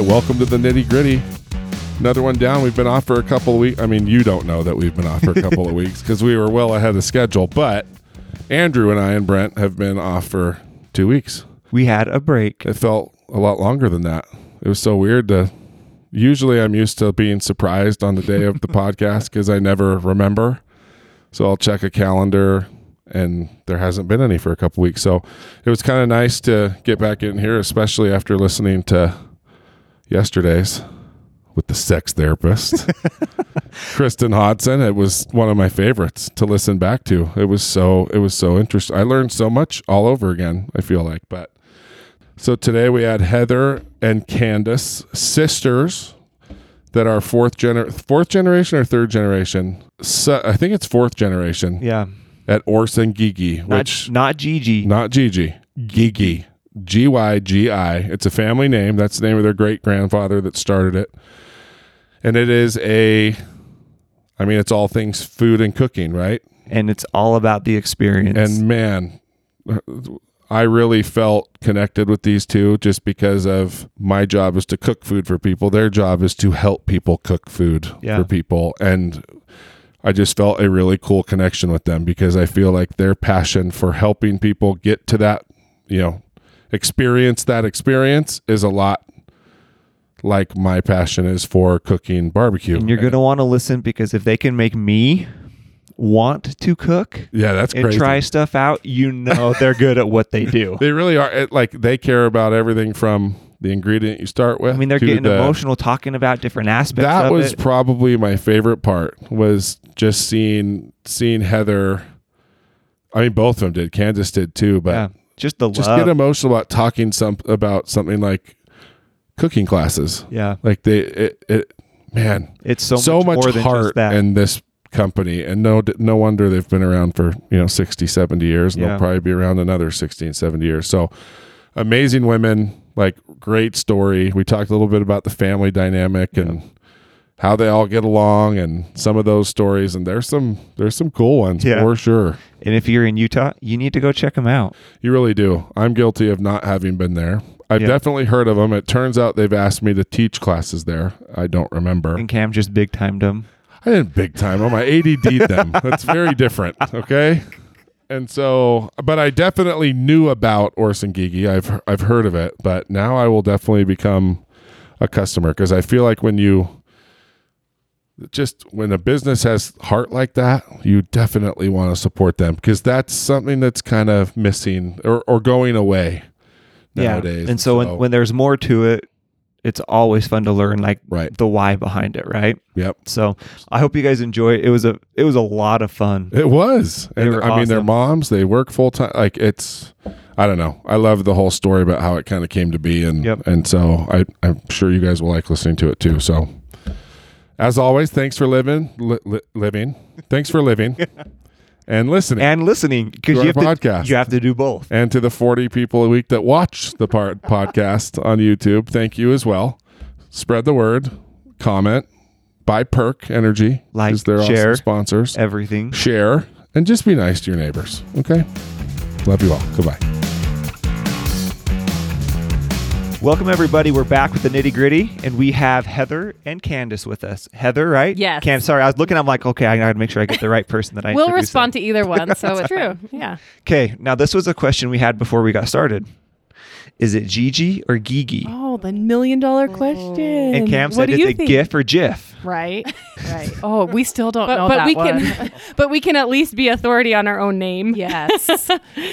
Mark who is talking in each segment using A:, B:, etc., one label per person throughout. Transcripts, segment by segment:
A: welcome to the nitty gritty. Another one down. We've been off for a couple of weeks. I mean, you don't know that we've been off for a couple of weeks because we were well ahead of schedule. But Andrew and I and Brent have been off for two weeks.
B: We had a break.
A: It felt a lot longer than that. It was so weird to. Usually, I'm used to being surprised on the day of the podcast because I never remember. So I'll check a calendar and there hasn't been any for a couple weeks. So it was kind of nice to get back in here, especially after listening to yesterday's with the sex therapist, Kristen Hodson. It was one of my favorites to listen back to. It was so it was so interesting. I learned so much all over again. I feel like, but so today we had Heather and Candace, sisters that are fourth gener fourth generation or third generation. So, I think it's fourth generation
B: Yeah.
A: at Orson Gigi,
B: Not,
A: which
B: not Gigi.
A: not Gigi, Gigi, G Y G I. It's a family name. That's the name of their great grandfather that started it, and it is a. I mean, it's all things food and cooking, right?
B: And it's all about the experience.
A: And man, I really felt connected with these two just because of my job is to cook food for people. Their job is to help people cook food
B: Yeah.
A: for people. And I just felt a really cool connection with them because I feel like their passion for helping people get to that, you know, experience that experience is a lot like my passion is for cooking barbecue.
B: And you're going to want to listen because if they can make me want to cook
A: yeah, that's
B: and
A: crazy.
B: try stuff out, you know they're good at what they do.
A: They really are. It, like they care about everything from the ingredient you start with.
B: I mean, they're
A: to
B: getting
A: the-
B: emotional talking about different aspects
A: That
B: of
A: was
B: it.
A: probably my favorite part was just seeing seeing Heather. I mean, both of them did. Candace did too, but
B: yeah. Just the
A: just
B: love.
A: get emotional about talking some about something like cooking classes.
B: yeah.
A: Like they, it, it man,
B: It's so,
A: so
B: much,
A: much,
B: more than just
A: heart
B: that.
A: in this company and no no wonder they've been around for you know 60 70 years and
B: Yeah.
A: they'll probably be around another 16 70 years so amazing women like great story we talked a little bit about the family dynamic and how they all get along and some of those stories and there's some there's some cool ones
B: Yeah.
A: for sure
B: and if you're in Utah, you need to go check them out.
A: you really do. I'm guilty of not having been there. I've
B: Yeah.
A: definitely heard of them. It turns out they've asked me to teach classes there. I don't remember.
B: And Cam just big timed them.
A: I didn't big time them. I ADD'd them. That's very different. Okay. And so, but I definitely knew about Orson Gigi. I've I've heard of it, but now I will definitely become a customer because I feel like when you just when a business has heart like that, you definitely want to support them because that's something that's kind of missing or, or going away nowadays.
B: And so, When, when there's more to it, it's always fun to learn like
A: Right.
B: the why behind it, right?
A: yep,
B: So I hope you guys enjoy it. It was a it was a lot of fun.
A: It was.
B: They
A: and
B: were
A: I mean, they're
B: awesome.
A: moms. They work full time. Like it's, I don't know. I love the whole story about how it kind of came to be, and
B: Yep.
A: and so I I'm sure you guys will like listening to it too. So, as always, thanks for living, li- li- living. Thanks for living, and listening, and,
B: And listening because
A: To
B: you have
A: our
B: to
A: podcast.
B: you have to do both.
A: to the 40 people a week that watch the part podcast on YouTube. Thank you as well. Spread the word. Comment. Buy Perk Energy.
B: Like,
A: 'cause they're
B: share.
A: awesome sponsors
B: Everything.
A: share, and just be nice to your neighbors. Okay? Love you all. Goodbye.
B: Welcome everybody. We're back with the nitty gritty, and we have Heather and Candace with us. Heather, right?
C: Yes.
B: Candace. Sorry, I was looking. I'm like, okay, I gotta make sure I get the right person that I.
C: we'll respond
D: e-
C: to either one. So it's true. Yeah.
B: Okay. Now this was a question we had before we got started. Is it Gigi or Gigi?
D: Oh, the million dollar question.
B: and Cam
D: what
B: said,
D: do
B: is
D: you
B: it
D: think?
B: GIF or JIF?
D: Right, right. Oh, we still don't
C: But,
D: know
C: but
D: that
C: we
D: one.
C: can but we can at least be authority on our own name.
D: yes,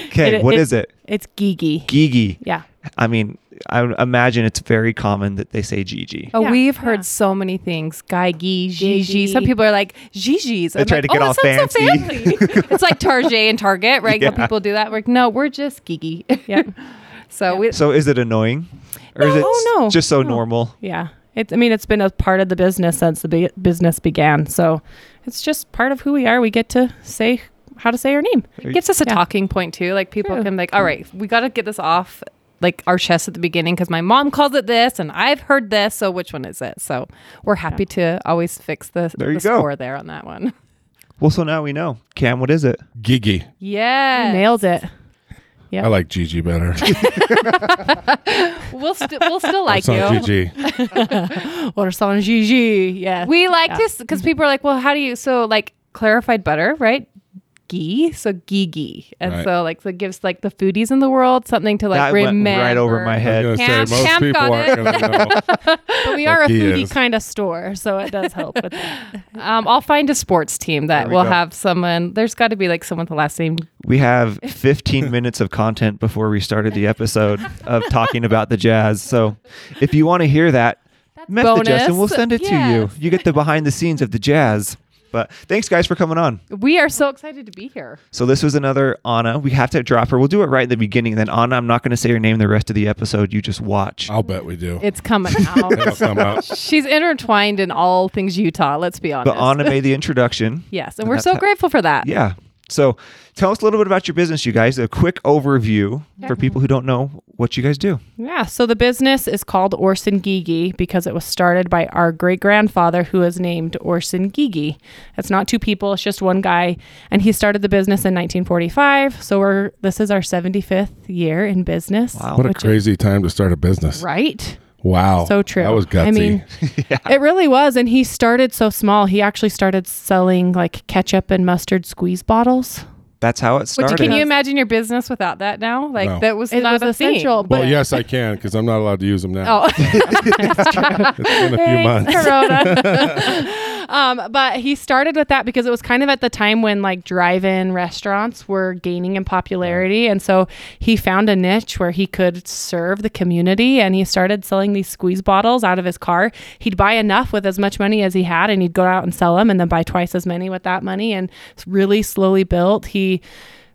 B: Okay.
D: It-
B: what
D: it-
B: is it?
D: it's geeky.
B: Gigi.
D: Yeah.
B: I mean, I would imagine it's very common that they say Gigi.
C: Oh,
D: Yeah,
C: we've heard
D: yeah.
C: so many things. Guy Gee, Gigi.
D: Gigi.
C: Some people are like Gigi's. "Oh, They
B: try to get all fancy."
C: it's like Target and Target, right? When people do that. We're like, no, we're just Gigi. Yeah. So we
B: So is it annoying? Or is
C: No,
B: it s-
C: no,
B: just so
C: no.
B: normal?
C: yeah. It's I mean, it's been a part of the business since the be- business began. So it's just part of who we are. We get to say how to say our name.
B: Are you-
C: Gives us a talking point too. Like people
D: True.
C: can like, all right, we got to get this off like our chest at the beginning because my mom calls it this and I've heard this. So which one is it? So we're happy to always fix the,
B: There you
C: the
B: go.
C: score there on that one.
B: Well, so now we know. Cam, what is it?
A: Gigi.
C: Yeah,
D: Nailed it.
C: Yeah.
A: I like Gigi better.
C: We'll st- we'll still like
A: it's not
C: you.
A: Gigi.
D: or sans Gigi. Yeah.
C: We like
D: Yeah.
C: this because people are like, well, how do you? So like clarified butter, right? Ghee, so ghee ghee, and
A: Right.
C: so like so it gives like the foodies in the world something to like
B: that went
C: remember.
B: right over my
A: I was gonna
B: head.
C: Camp-
A: say most
C: Camp
A: people
C: got
A: aren't
C: it.
A: gonna know.
D: but we are a
A: He
D: foodie
A: is.
D: kind of store, so it does help with that.
C: Um, I'll find a sports team that
B: There we
C: will
B: go.
C: have someone. There's got to be like someone with the last name.
B: We have 15 minutes of content before we started the episode of talking about the jazz. So if you want to hear that, message
C: bonus.
B: us and we'll send it
C: Yes.
B: to you. You get the behind the scenes of the jazz. But thanks, guys, for coming on.
C: We are so excited to be here.
B: So this was another Anna. We have to drop her. We'll do it right in the beginning. Then Anna, I'm not going to say her name the rest of the episode. You just watch.
A: I'll bet we do.
C: It's coming
A: It'll
C: out.
A: come out.
C: She's intertwined in all things Utah. Let's be honest.
B: But Anna made the introduction.
C: yes, and
B: And
C: we're
B: that's
C: so
B: how-
C: grateful for that.
B: Yeah. So tell us a little bit about your business, you guys. A quick overview for people who don't know what you guys do.
D: Yeah, so the business is called Orson Gigi because it was started by our great grandfather who is named Orson Gigi. It's not two people, it's just one guy. And he started the business in 1945. So we're this is our 75th year in business.
B: Wow.
A: What a
D: which is-
A: crazy time to start a business.
D: Right?
A: Wow.
D: So true.
A: That was gutsy.
D: I mean, it really was. And he started so small. He actually started selling like ketchup and mustard squeeze bottles.
B: That's how it
C: Which
B: started.
C: can you imagine your business without that now? Like
A: No.
C: that was
D: It
C: not
D: was
C: a
D: essential.
C: Thing.
A: well,
D: but
A: yes, I can because I'm not allowed to use them now.
C: Oh.
A: It's been a few
D: Thanks,
A: months.
D: Corona. um, but he started with that because it was kind of at the time when like drive-in restaurants were gaining in popularity, and so he found a niche where he could serve the community, and he started selling these squeeze bottles out of his car. He'd buy enough with as much money as he had, and he'd go out and sell them, and then buy twice as many with that money, and it's really slowly built. He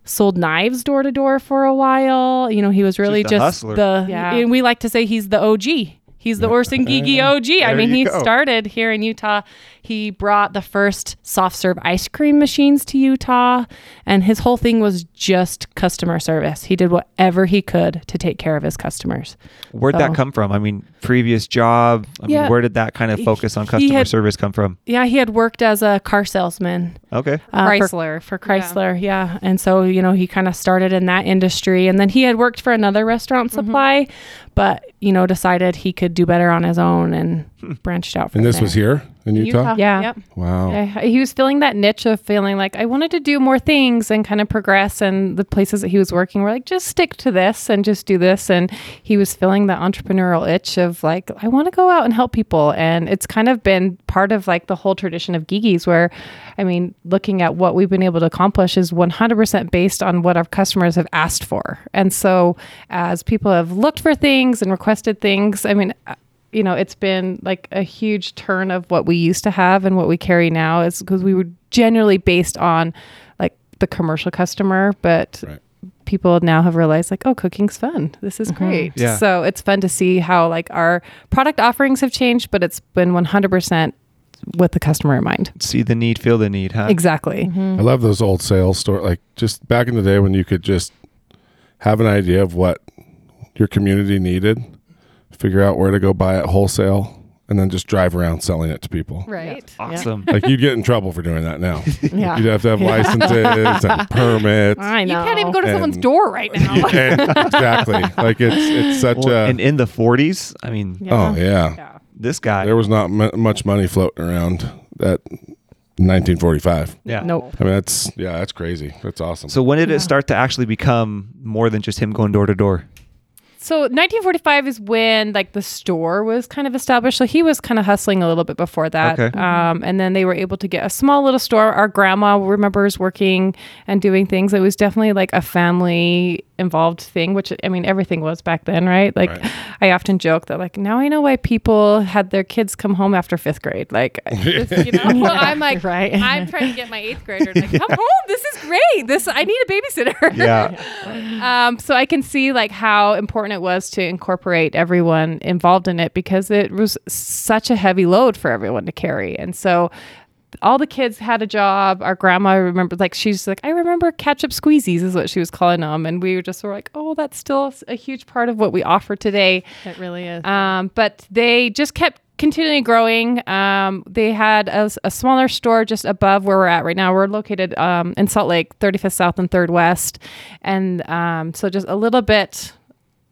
D: sold knives door to door for a while. You know, he was really
B: a
D: just,
B: hustler.
D: the
C: Yeah.
D: and we like to say he's the OG. He's the Orson Gigi OG. I
B: There
D: mean,
B: you
D: he
B: go.
D: started here in Utah. He brought the first soft serve ice cream machines to Utah, and his whole thing was just customer service. He did whatever he could to take care of his customers.
B: Where'd that
C: Oh.
D: So-
B: come from? I mean, previous job. I
D: Yeah.
B: mean, where did that kind of focus on
D: He
B: customer
D: had-
B: service come from?
D: Yeah, he had worked as a car salesman
B: Okay.
D: uh, for
C: Chrysler.
D: for Chrysler, yeah. And so, you know, he kind of started in that industry and then he had worked for another restaurant supply, but, you know, decided he could do better on his own and branched out from
A: And this
D: there.
A: was here in Utah.
C: Utah.
D: Yeah.
C: Yep.
A: Wow.
C: I- he was feeling that niche of feeling like I wanted to do more things and kind of progress. And the places that he was working were like, just stick to this and just do this. And he was feeling the entrepreneurial itch of like, I want to go out and help people. And it's kind of been part of like the whole tradition of Gigi's, where I mean, looking at what we've been able to accomplish is 100% based on what our customers have asked for. And so as people have looked for things and requested things, I mean, you know, it's been like a huge turn of what we used to have and what we carry now is because we were generally based on like the commercial customer, but
A: Right.
C: people now have realized like, oh, cooking's fun. This is great.
B: Yeah.
C: So it's fun to see how like our product offerings have changed, but it's been 100% with the customer in mind.
B: See the need, feel the need, huh?
C: Exactly.
A: I love those old sales store. Like just back in the day when you could just have an idea of what your community needed, figure out where to go buy it wholesale, and then just drive around selling it to people.
C: Right.
B: Awesome.
A: Like you'd get in trouble for doing that now.
C: Yeah.
A: You'd have to have licenses and permits.
D: I know.
C: You can't even go to
A: And-
C: someone's door right now.
A: And- exactly. Like it's it's such
B: Well,
A: a
B: and in the 40s, I mean,
A: oh yeah.
B: this guy.
A: There was not m- much money floating around that 1945.
B: yeah.
C: Nope.
A: I mean that's yeah that's crazy. That's awesome.
B: So when did it start to actually become more than just him going door to door?
C: So 1945 is when like the store was kind of established. So he was kind of hustling a little bit before that.
B: Okay.
C: Um, and then they were able to get a small little store. Our grandma remembers working and doing things. It was definitely like a family involved thing, which I mean everything was back then, right? Like
A: Right.
C: I often joke that like now I know why people had their kids come home after fifth grade. Like you know, I'm like
D: Right.
C: I'm trying to get my eighth grader to like, come home. This is great. This I need a babysitter
B: Yeah.
C: um, so I can see like how important it was to incorporate everyone involved in it because it was such a heavy load for everyone to carry, and so all the kids had a job. Our grandma remembered like she's like I remember ketchup squeezies is what she was calling them, and we were just sort of like, oh, that's still a huge part of what we offer today.
D: It really uh, is.
C: Um, but they just kept continually growing. Um, they had a, s- a smaller store just above where we're at right now. We're located um, in Salt Lake, 35th South and 3rd West. And um, so just a little bit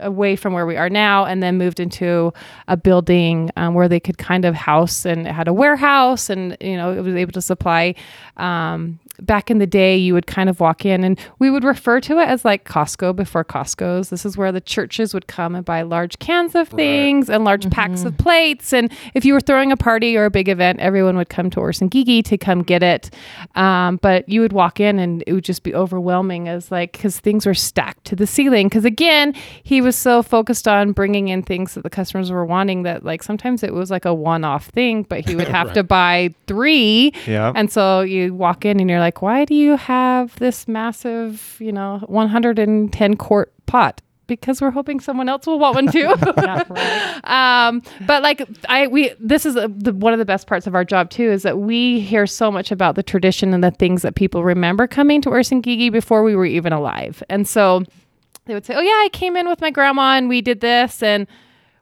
C: away from where we are now and then moved into a building um, where they could kind of house and it had a warehouse and you know it was able to supply um, back in the day you would kind of walk in and we would refer to it as like costco before costco's this is where the churches would come and buy large cans of things and large packs of plates and if you were throwing a party or a big event everyone would come to orson gigi to come get it um, but you would walk in and it would just be overwhelming as like because things were stacked to the ceiling because again he was so focused on bringing in things that the customers were wanting that like sometimes it was like a one-off thing but he would have to buy three
B: Yeah.
C: and so you walk in and you're like, why do you have this massive, you know, 110 quart pot? Because we're hoping someone else will want one too. um, but like I, we, this is a, the, one of the best parts of our job too, is that we hear so much about the tradition and the things that people remember coming to Ursin Gigi before we were even alive. And so they would say, "Oh yeah, I came in with my grandma and we did this," and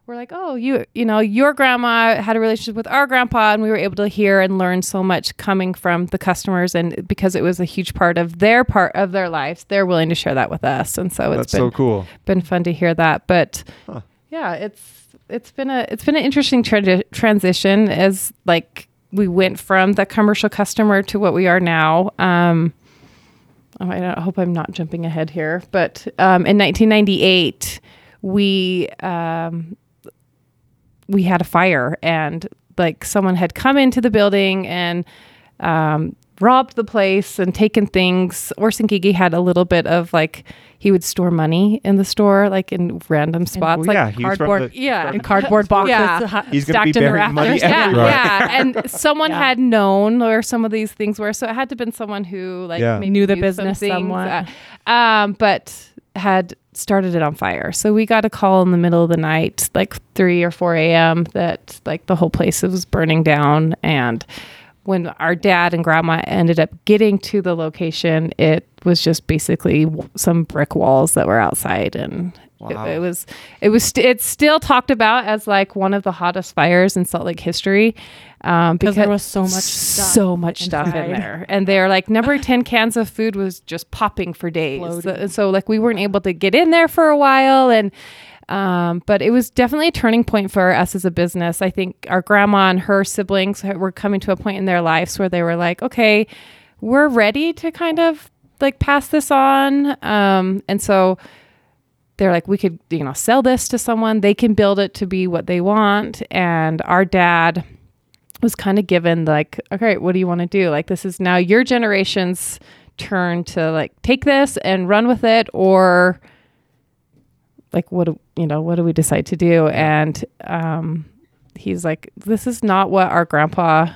C: we're like, "Oh, you, you know, your grandma had a relationship with our grandpa, and we were able to hear and learn so much coming from the customers, and because it was a huge part of their part of their lives, they're willing to share that with us, and so
B: That's
C: it's been
B: so cool.
C: been fun to hear that. But yeah, it's it's been a it's been an interesting tra- transition as like we went from the commercial customer to what we are now. Um, oh, I, don't, I hope I'm not jumping ahead here, but um, in 1998 we um, we had a fire and like someone had come into the building and um, robbed the place and taken things. Orson Gigi had a little bit of like he would store money in the store, like in random spots, like
B: yeah, he was from
C: cardboard,
B: the-
C: yeah,
D: and cardboard boxes.
C: Yeah.
B: He's gonna
D: stacked
B: be
D: in the
B: burying money
D: rafters.
C: yeah,
B: everywhere.
C: yeah. And someone
D: Yeah.
C: had known where some of these things were, so it had to been someone who like
B: Yeah.
C: maybe
D: Knew the
C: some
D: business
C: things,
D: somewhat.
C: uh, um, but had started it on fire. So we got a call in the middle of the night, like three or four a.m., that like the whole place was burning down. And when our dad and grandma ended up getting to the location, it was just basically w- some brick walls that were outside, and it-
B: Wow.
C: it, was it was st- it's still talked about as like one of the hottest fires in Salt Lake history. Um,
D: Because there was so much stuff
C: so much stuff in
D: inside.
C: there, and they're like number ten cans of food was just popping for days.
D: Exploding.
C: So- so like we weren't able to get in there for a while, and um, but it was definitely a turning point for us as a business. I think our grandma and her siblings had- were coming to a point in their lives where they were like, okay, we're ready to kind of like pass this on, um, and so they're like, we could, you know, sell this to someone. They can build it to be what they want. And our dad was kind of given like, okay, what do you want to do? Like, this is now your generation's turn to like take this and run with it, or like, what do you know? What do we decide to do? And um, he's like, this is not what our grandpa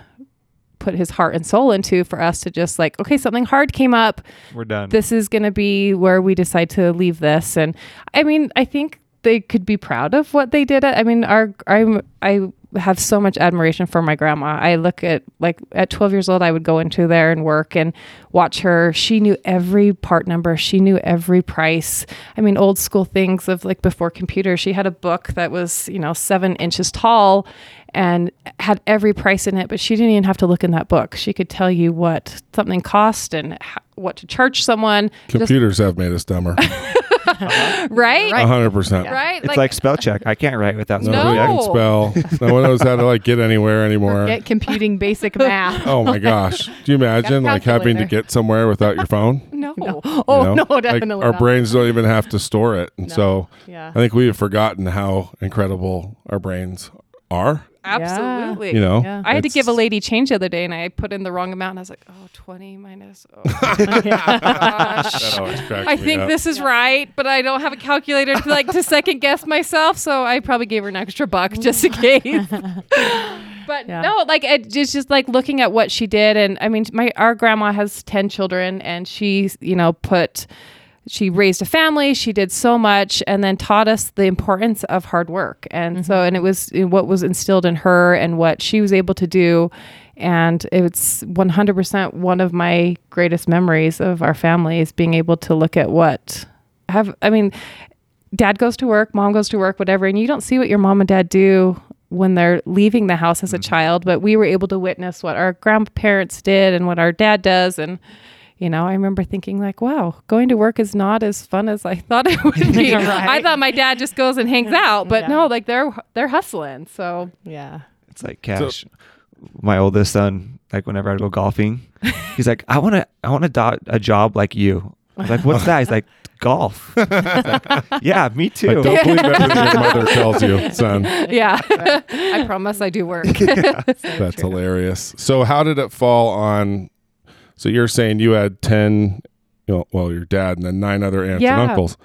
C: put his heart and soul into for us to just like, okay, something hard came up
B: We're done.
C: this is going to be where we decide to leave this and i mean i think they could be proud of what they did i mean our i'm i have so much admiration for my grandma i look at like at 12 years old i would go into there and work and watch her she knew every part number she knew every price i mean old school things of like before computers she had a book that was you know seven inches tall and had every price in it, but she didn't even have to look in that book. She could tell you what something cost and ho- what to charge someone, just,
A: Computers have made us dumber. A
C: right? Right?
A: hundred percent.
B: it's like, spell check. I can't write without spell
A: No, one
B: check.
A: can spell. No one knows how to like get anywhere anymore.
D: Get computing basic math.
A: Oh my gosh! Do you imagine like having to
C: calculator.
A: get somewhere without your phone?
C: no.
A: You
D: Oh
A: know?
D: no,
A: Like,
D: definitely.
A: our
D: not.
A: brains don't even have to store it, and so
D: Yeah.
A: I think we have forgotten how incredible our brains are.
C: Absolutely.
A: You know,
D: Yeah.
C: I had to
A: It's-
C: give a lady change the other day and I put in the wrong amount and I was like, oh, 20 minus. Oh,
A: That
C: gosh.
A: always cracks
C: I
A: me
C: think
A: up.
C: this is right, but I don't have a calculator to like to second guess myself, so I probably gave her an extra buck just in case. but
D: Yeah.
C: no, like it, it's just like looking at what she did, and I mean, my our grandma has ten children, and she you know put she raised a family she did so much and then taught us the importance of hard work and so and it was uh, what was instilled in her and what she was able to do and it's 100% one of my greatest memories of our family is being able to look at what have i mean dad goes to work mom goes to work whatever and you don't see what your mom and dad do when they're leaving the house as a child but we were able to witness what our grandparents did and what our dad does and you know, I remember thinking like, wow, going to work is not as fun as I thought it would be.
D: Yeah, right.
C: I thought my dad just goes and hangs out, but
D: Yeah.
C: no, like they're they're hustling. So
D: Yeah.
B: It's like cash. my oldest son, like whenever I go golfing, he's like, I want to, I want to do- a job like you. I was like, what's that? He's like, golf. It's like, yeah, me
A: I
B: too.
A: don't believe everything your mother tells you, son.
C: yeah, I promise I do work.
A: That's hilarious. So how did it fall on? So you're saying you had ten, you know, well, your dad and then nine other aunts
C: Yeah.
A: and uncles.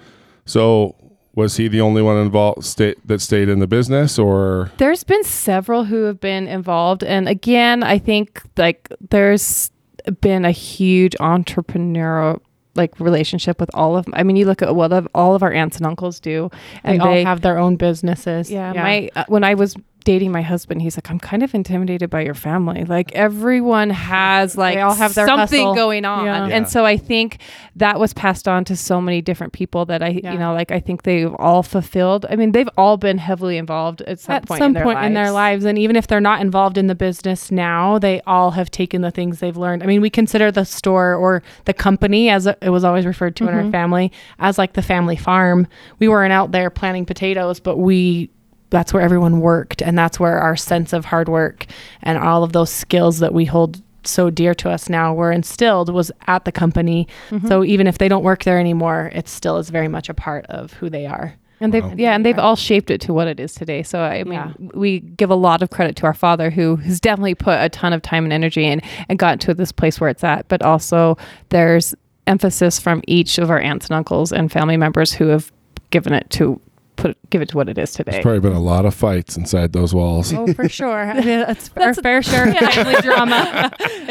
A: So was he the only one involved sta- that stayed in the business, or
C: There's been several who have been involved. And again, I think like there's been a huge entrepreneurial like relationship with all of I mean, you look at what of- all of our aunts and uncles do
D: They
C: and
D: all have their own businesses.
C: yeah, my uh, when I was dating my husband, he's like, I'm kind of intimidated by your family. Like everyone has like
D: all have their
C: something
D: hustle.
C: going on,
D: Yeah.
B: Yeah.
C: and so I think that was passed on to so many different people that I,
D: Yeah.
C: you know, like I think they've all fulfilled. I mean, they've all been heavily involved at some
D: at
C: point
D: some
C: in their
D: point
C: lives.
D: in their lives and even if they're not involved in the business now they all have taken the things they've learned i mean we consider the store or the company as it was always referred to
C: Mm-hmm.
D: in our family as like the family farm we weren't out there planting potatoes but we that's where everyone worked and that's where our sense of hard work and all of those skills that we hold so dear to us now were instilled was at the company
C: Mm-hmm.
D: so even if they don't work there anymore it still is very much a part of who they are
C: And they've yeah, and they've all shaped it to what it is today. So I mean,
D: Yeah.
C: we give a lot of credit to our father, who has definitely put a ton of time and energy in and got to this place where it's at. But also, there's emphasis from each of our aunts and uncles and family members who have given it to put give it to what it is today.
A: there's probably been a lot of fights inside those walls?
D: Oh, for sure. That's our fair share of family drama.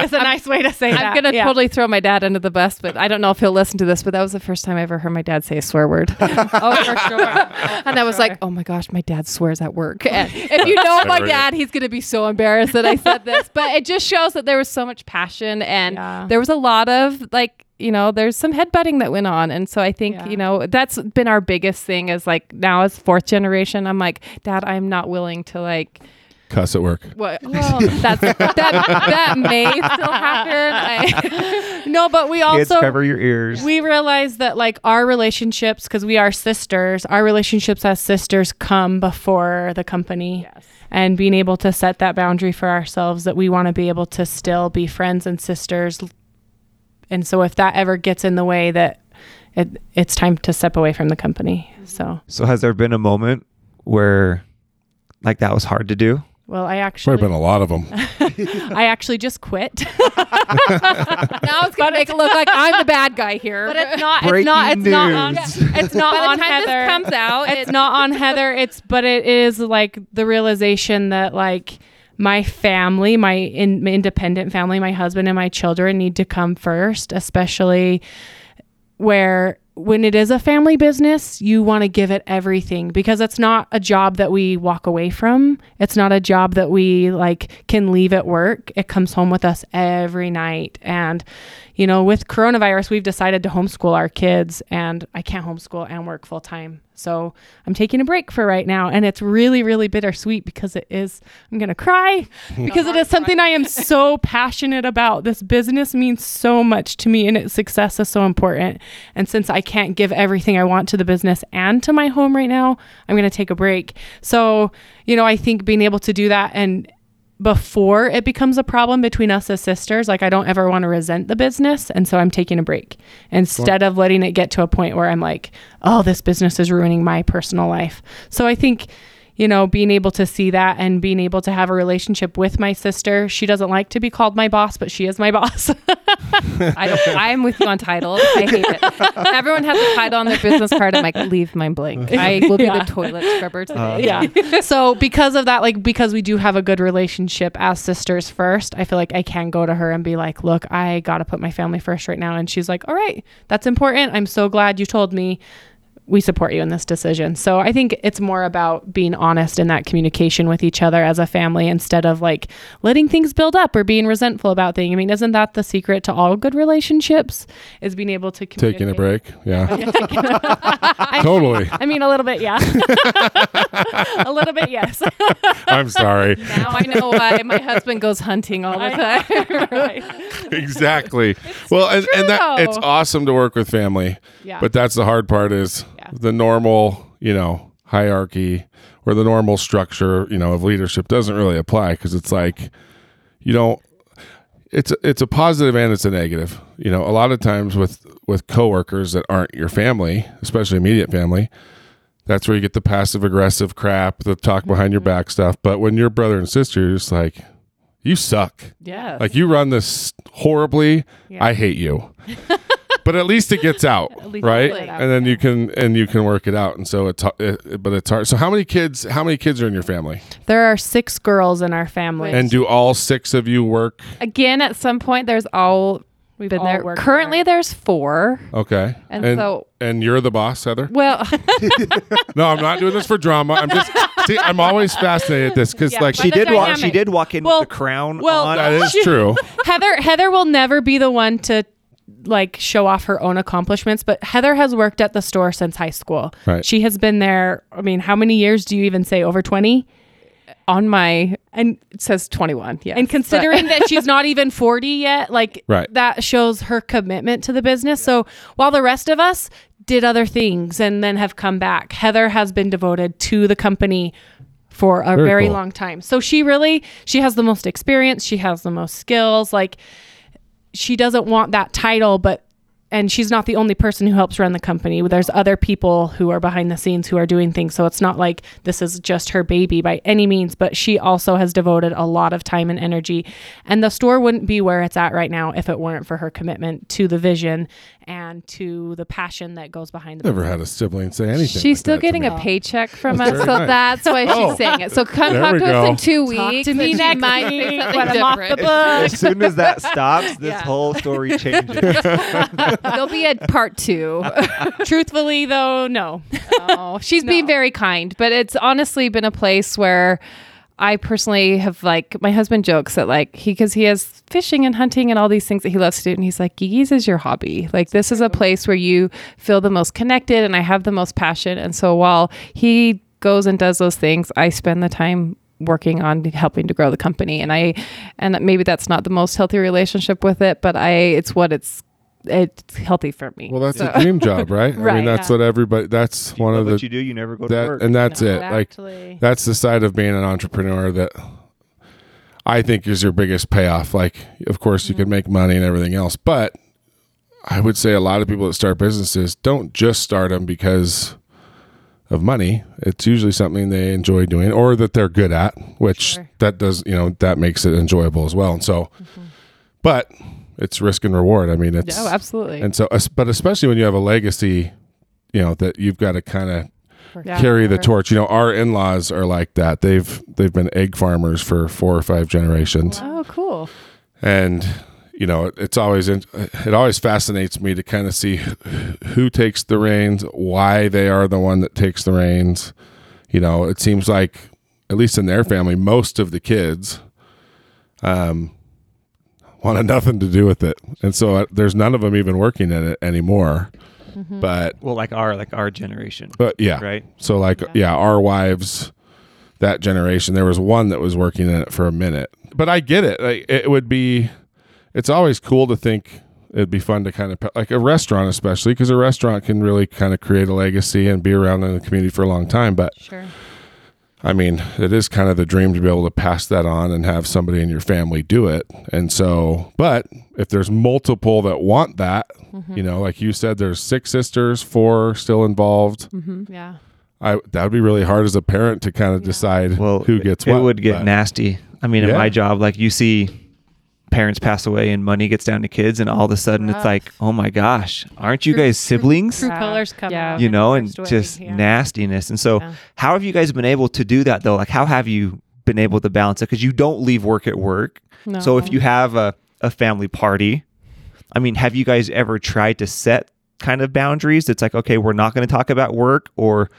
D: It's a nice way to say that.
C: I'm gonna
D: Yeah.
C: totally throw my dad under the bus, but I don't know if he'll listen to this. But that was the first time I ever heard my dad say a swear word.
D: Oh, for sure.
C: and I was like, oh my gosh, my dad swears at work. And if you know my dad, he's going to be so embarrassed that I said this. But it just shows that there was so much passion and
D: Yeah.
C: there was a lot of like, you know, there's some headbutting that went on. And so I think,
D: Yeah.
C: you know, that's been our biggest thing is like now as fourth generation, I'm like, dad, I'm not willing to like,
A: Cuss at work.
C: what? Well, that's, that, that may still happen. I,
D: No, but we
B: Kids
D: also
B: cover your ears.
D: we realize that like our relationships, because we are sisters, our relationships as sisters come before the company. and being able to set that boundary for ourselves that we want to be able to still be friends and sisters. And so if that ever gets in the way that it, it's time to step away from the company. So,
B: So has there been a moment where like that was hard to do?
D: well, I
A: Probably been
D: actually
A: a lot of them.
D: I actually just quit.
C: now it's going to make it look like I'm the bad guy here.
D: But it's not.
B: Breaking
D: It's not. It's not on.
B: news.
D: It's not
C: By the
D: on
C: time
D: Heather.
C: this comes out,
D: it's not on Heather. It's but it is like the realization that like my family, my, in, my independent family, my husband and my children need to come first, especially where when it is a family business, you want to give it everything because it's not a job that we walk away from. It's not a job that we like can leave at work. It comes home with us every night. And, you know, with coronavirus, we've decided to homeschool our kids, and I can't homeschool and work full time. So I'm taking a break for right now. And it's really, really bittersweet because it is, I'm going to cry because it is something I am so passionate about. This business means so much to me and its success is so important. And since I can't give everything I want to the business and to my home right now, I'm going to take a break. So, you know, I think being able to do that and before it becomes a problem between us as sisters, like I don't ever want to resent the business. And so I'm taking a break instead of letting it get to a point where I'm like, oh, this business is ruining my personal life. So I think, you know, being able to see that and being able to have a relationship with my sister. She doesn't like to be called my boss, but she is my boss.
C: I don't, I'm with you on title. I hate it. Everyone has a title on their business card. I'm like, leave mine blank. I will be
D: Yeah.
C: the toilet scrubber today.
A: Uh-huh.
D: yeah. So because of that, like because we do have a good relationship as sisters first, I feel like I can go to her and be like, look, I gotta put my family first right now. And she's like, all right, that's important. I'm so glad you told me. we support you in this decision. So I think it's more about being honest in that communication with each other as a family instead of like letting things build up or being resentful about things. I mean, isn't that the secret to all good relationships? Is being able to communicate.
A: Taking a break. Yeah. totally.
D: I mean, a little bit, yeah. a little bit, yes.
A: I'm sorry.
C: Now I know why my husband goes hunting all the time.
D: Right.
A: exactly. well, and, and that
D: true.
A: it's awesome to work with family.
D: Yeah.
A: But that's the hard part is
D: Yeah.
A: the normal, you know, hierarchy or the normal structure, you know, of leadership doesn't really apply because it's like, you know, it's it's a positive and it's a negative. You know, a lot of times with with coworkers that aren't your family, especially immediate family, that's where you get the passive aggressive crap, the talk behind
D: Mm-hmm.
A: your back stuff. But when you're brother and sister, you're just like, you suck.
C: yeah.
A: Like you run this horribly.
D: Yeah.
A: I hate you. but at least it gets out,
D: least
A: right?
D: you let it out,
A: and then you can and you can work it out. And so it's hu- it, but it's hard. So how many kids? How many kids are in your family?
D: There are six girls in our family.
A: And do all six of you work?
C: Again, at some point, there's all
D: We've
C: been
D: all
C: there.
D: worked
C: Currently, there's four.
A: Okay.
C: And so-
A: and you're the boss, Heather.
C: Well,
A: No, I'm not doing this for drama. I'm just see. I'm always fascinated at this because
D: Yeah,
A: like
D: but
B: She
D: the
B: did walk. She
D: dynamic.
B: did walk in
D: Well-
B: with the crown
D: well,
B: on.
A: that is true.
D: Heather Heather will never be the one to like show off her own accomplishments, but Heather has worked at the store since high school.
A: Right.
D: She has been there, I mean, how many years do you even say? Over 20?
C: on my
D: And
C: it says 21. Yeah.
D: and considering that she's not even 40 yet, like
A: Right.
D: that shows her commitment to the business. So while the rest of us did other things and then have come back, Heather has been devoted to the company for a
A: Very
D: very
A: cool.
D: long time. So she really she has the most experience, she has the most skills, like she doesn't want that title, but and she's not the only person who helps run the company. There's other people who are behind the scenes who are doing things. So it's not like this is just her baby by any means, but she also has devoted a lot of time and energy. And the store wouldn't be where it's at right now if it weren't for her commitment to the vision and to the passion that goes behind the
A: Never had a sibling say anything.
C: She's
A: like
C: still
A: that to
C: getting
A: me.
C: a paycheck from us,
A: very
C: so
A: nice.
C: that's why she's
A: Oh.
C: saying it. So come
A: There
C: talk
A: we
C: to us
A: go.
C: in two weeks.
D: Talk to
C: and
D: me
C: she
D: next
C: might
D: week
C: say something
D: when I'm off the
C: different.
B: As soon as that stops, this whole story changes.
C: There'll be a part two.
D: Truthfully though, no.
C: Oh, she's been very kind, but it's honestly been a place where I personally have like my husband jokes that like he because he has fishing and hunting and all these things that he loves to do, and he's like, "Gigi's is your hobby. Like this is a place where you feel the most connected, and I have the most passion." And so while he goes and does those things, I spend the time working on helping to grow the company, and I and maybe that's not the most healthy relationship with it, but I it's what it's it's healthy for me.
A: Well, that's a dream job, right? I mean,
C: Right.
A: that's what everybody. That's one
B: Love
A: of the
B: what you do, you never go to
A: that,
B: work.
A: and that's it. Like
D: Actually.
A: that's the side of being an entrepreneur that I think is your biggest payoff. Like, of course, you can make money and everything else, but I would say a lot of people that start businesses don't just start them because of money. It's usually something they enjoy doing or that they're good at, which that does, you know, that makes it enjoyable as well. And so, but it's risk and reward. I mean, it's
C: oh, absolutely.
A: and so, es- but especially when you have a legacy, you know that you've got to kind of
C: Yeah.
A: carry the torch. You know, our in-laws are like that. They've they've been egg farmers for four or five generations,
C: Oh, cool.
A: and you know it, it's always in, it always fascinates me to kind of see who takes the reins, why they are the one that takes the reins. You know, it seems like at least in their family, most of the kids, um. Wanted nothing to do with it, and so uh, there's none of them even working in it anymore. But
B: well, like our like our generation,
A: but yeah,
B: right?
A: so like yeah. our wives, that generation, there was one that was working in it for a minute. But I get it. Like it would be, it's always cool to think it'd be fun to kind of like a restaurant, especially because a restaurant can really kind of create a legacy and be around in the community for a long time. But
D: Sure.
A: I mean, it is kind of the dream to be able to pass that on and have somebody in your family do it. And so, but if there's multiple that want that, you know, like you said, there's six sisters, four still involved.
D: Yeah.
A: I that would be really hard as a parent to kind of decide
B: Well,
A: who gets
B: it
A: what.
B: would get
A: but-
B: nasty. I mean,
A: Yeah.
B: in my job, like you see parents pass away and money gets down to kids, and all of a sudden it's like, oh my gosh, aren't you guys siblings?
D: True colors come
C: Yeah.
D: out.
B: You know,
D: in
B: and
D: the worst way,
B: just
D: yeah.
B: nastiness. And so,
D: Yeah.
B: how have you guys been able to do that though? Like, how have you been able to balance it? Because you don't leave work at work. So if you have a, a family party, I mean, have you guys ever tried to set kind of boundaries. It's like, okay, we're not going to talk about work, or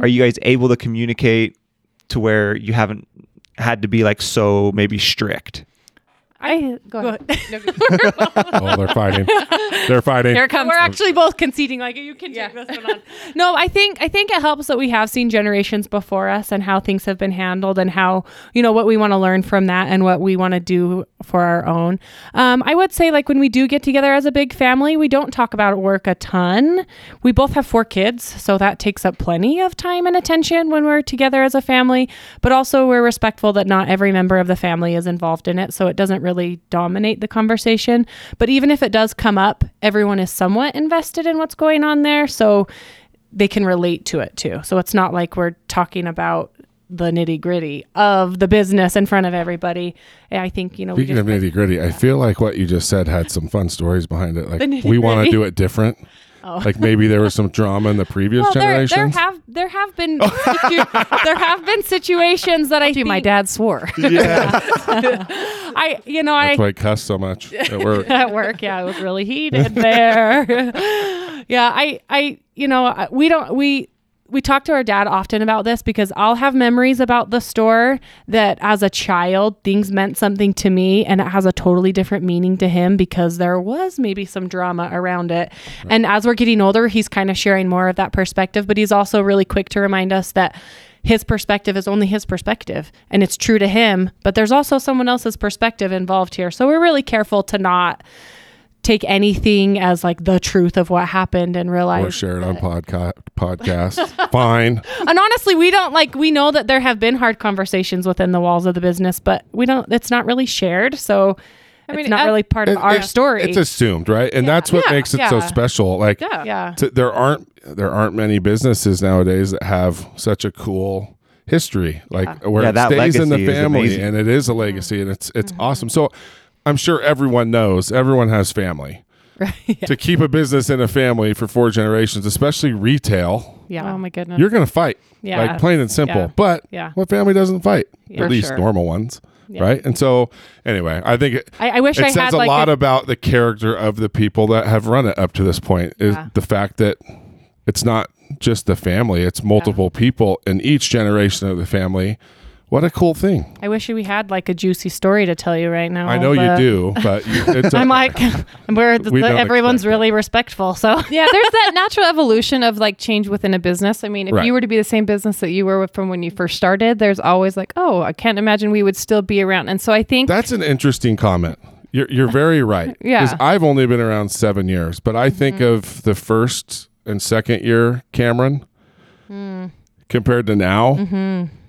B: are you guys able to communicate to where you haven't had to be like so maybe strict?
C: I go
D: Go
C: ahead.
D: ahead.
A: Oh, they're fighting. They're fighting.
C: Here it comes.
D: We're actually both conceding. Like you can take this one on. No, I think I think it helps that we have seen generations before us and how things have been handled and how you know what we want to learn from that and what we want to do for our own. Um, I would say like when we do get together as a big family, we don't talk about work a ton. We both have four kids, so that takes up plenty of time and attention when we're together as a family. But also we're respectful that not every member of the family is involved in it, so it doesn't really dominate the conversation. But even if it does come up, everyone is somewhat invested in what's going on there, so they can relate to it too. So it's not like we're talking about the nitty gritty of the business in front of everybody. And I think you know we
A: Speaking of
D: just,
A: nitty gritty, I feel like what you just said had some fun stories behind it.
D: The
A: Like
D: nitty-gritty.
A: we want to do it different.
D: Oh.
A: Like maybe there was some drama in the previous
D: well, there, there
A: generation.
D: have there have been situ- there have been situations that I think
C: My dad swore.
D: I you know I
A: That's why I cuss so much at work.
D: at work. Yeah, it was really heated there. yeah, I, I, you know, I- we don't, we, we talk to our dad often about this because I'll have memories about the store that as a child, things meant something to me and it has a totally different meaning to him because there was maybe some drama around it. And as we're getting older, he's kind of sharing more of that perspective, but he's also really quick to remind us that his perspective is only his perspective and it's true to him, but there's also someone else's perspective involved here. So we're really careful to not take anything as like the truth of what happened and
A: Or
D: realize
A: share it on podca- podcast. Fine.
D: and honestly we don't like we know that there have been hard conversations within the walls of the business but we don't it's not really shared so
C: mean,
D: it's not
C: as-
D: really part of
A: It-
D: our
A: it-
D: story
A: It's assumed, right? And that's what
D: Yeah,
A: makes it so
D: yeah.
A: special. Like
D: yeah
A: t- there aren't there aren't many businesses nowadays that have such a cool history like where
B: Yeah,
A: it
B: that
A: stays in the
B: legacy is
A: family
B: amazing.
A: and it is a legacy and it's
D: Mm-hmm.
A: it's awesome. So I'm sure everyone knows everyone has family. To keep a business in a family for four generations, especially retail,
D: yeah
C: Oh my goodness.
A: you're going to fight.
D: Mm-hmm. Yeah.
A: Like plain and simple.
D: Yeah.
A: But
D: Yeah.
A: what family doesn't fight?
C: For
A: At least
C: sure.
A: normal ones, right? And so anyway, I think it,
D: I, I wish
A: it
D: i
A: says
D: had
A: a
D: like
A: lot
D: a-
A: about the character of the people that have run it up to this point is the fact that it's not just the family it's multiple people in each generation of the family what a cool thing
D: I wish we had like a juicy story to tell you right now
A: i know
D: Oh, but-
A: you do but you, it's
D: i'm like we're
A: We don't
D: everyone's
A: expect
D: really respectful so
C: yeah, there's that natural evolution of like change within a business. I mean, if
A: Right.
C: you were to be the same business that you were with from when you first started, there's always like, oh, I can't imagine we would still be around. And so I think
A: that's an interesting comment you're, you're very right
C: Yeah. Mm-hmm.
A: i've only been around seven years but i think of the first and second year cameron
C: Mm.
A: compared to now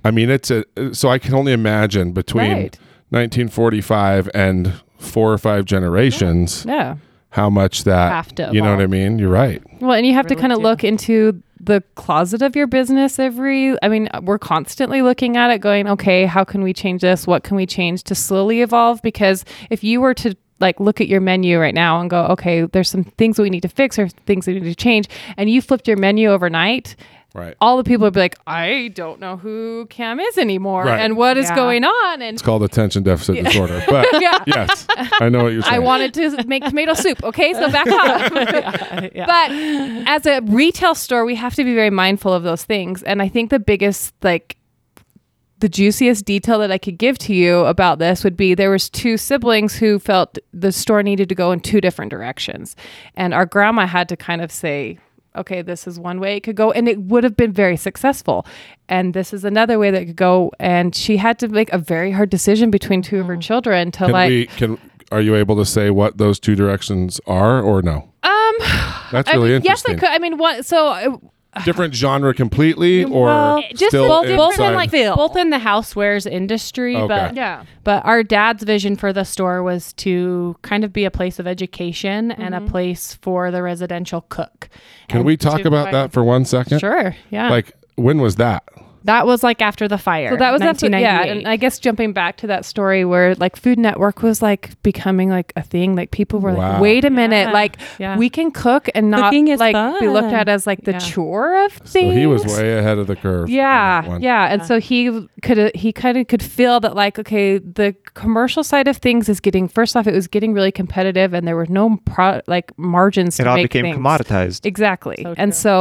A: i mean it's a so i can only imagine between
C: Mm-hmm. Right.
A: 1945 and four or five generations
C: yeah.
A: how much that
D: Have to
A: you know what i
D: evolve.
A: mean you're right
C: Well, and you have to
D: Really
C: kind of
D: do.
C: look into the closet of your business every I mean, we're constantly looking at it going, okay, how can we change this? What can we change to slowly evolve because if you were to like look at your menu right now and go, okay, there's some things that we need to fix or things that we need to change and you flipped your menu overnight,
A: right
C: all the people would be like, I don't know who Cam is anymore
A: Right.
C: and what is
D: Yeah.
C: going on and
A: it's called attention deficit disorder but
C: Yeah.
A: yes i know what you're saying
C: I wanted to make tomato soup. Okay, so back up. But as a retail store, we have to be very mindful of those things. And I think the biggest, like, the juiciest detail that I could give to you about this would be there was two siblings who felt the store needed to go in two different directions, and our grandma had to kind of say. Okay, this is one way it could go, and it would have been very successful. And this is another way that it could go. And she had to make a very hard decision between two of her children to
A: can
C: like
A: we can are you able to say what those two directions are or no
C: um
A: that's
C: I
A: really
C: mean, yes, I
A: interesting
C: could. I mean, what? So, uh,
A: different genre completely or
C: Well,
D: Eh,
A: just
C: just
A: still
C: both- both
A: inside-
C: in, like, feel.
D: both in the housewares industry
A: Okay.
D: but
C: yeah,
D: But our dad's vision for the store was to kind of be a place of education and
C: Mm-hmm.
D: a place for the residential cook.
A: can we talk about that for one second
D: Sure. Yeah.
A: like when was that
D: That was like after the fire.
C: So that was after, yeah,
D: 1998.
C: and I guess jumping back to that story where like Food Network was like becoming like a thing. Like people were
A: Wow.
C: like, wait a minute,
D: Yeah.
C: like
D: Yeah.
C: we can cook and not
E: Cooking is
C: like be looked
E: fun.
C: at as like the
D: Yeah.
C: chore of things.
A: So he was way ahead of the curve. on that
C: Yeah,
A: one.
C: yeah, and so he could he kind of could feel that like okay, the commercial side of things is getting first off, it was getting really competitive, and there were no pro, like margins.
B: It
C: to
B: all
C: make
B: became
C: things.
B: commoditized.
C: Exactly.
D: So
C: and
D: true.
C: so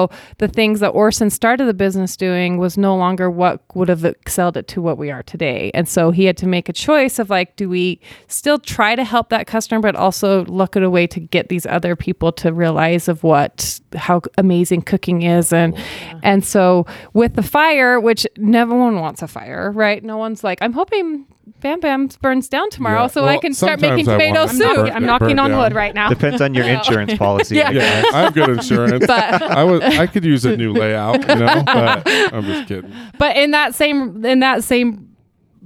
C: the things that Orson started the business doing was no longer what would have excelled it to what we are today. And so he had to make a choice of like, do we still try to help that customer, but also look at a way to get these other people to realize of what how amazing cooking is and and so with the fire, which never one wants a fire, right? No one's like, I'm hoping Bam Bam burns down tomorrow
A: Yeah.
C: so I
A: Well,
C: can start
A: sometimes
C: making
A: I
C: tomato
A: want to
D: I'm,
C: soup.
A: burn-
D: knock- I'm knocking
A: burnt
D: on
A: down.
D: wood right now.
B: Depends on your insurance policy.
C: Yeah.
B: I
A: Yeah,
B: guess.
A: I have good insurance.
C: But-
A: I was I could use a new layout, you know. But I'm just kidding.
D: but in that same in that same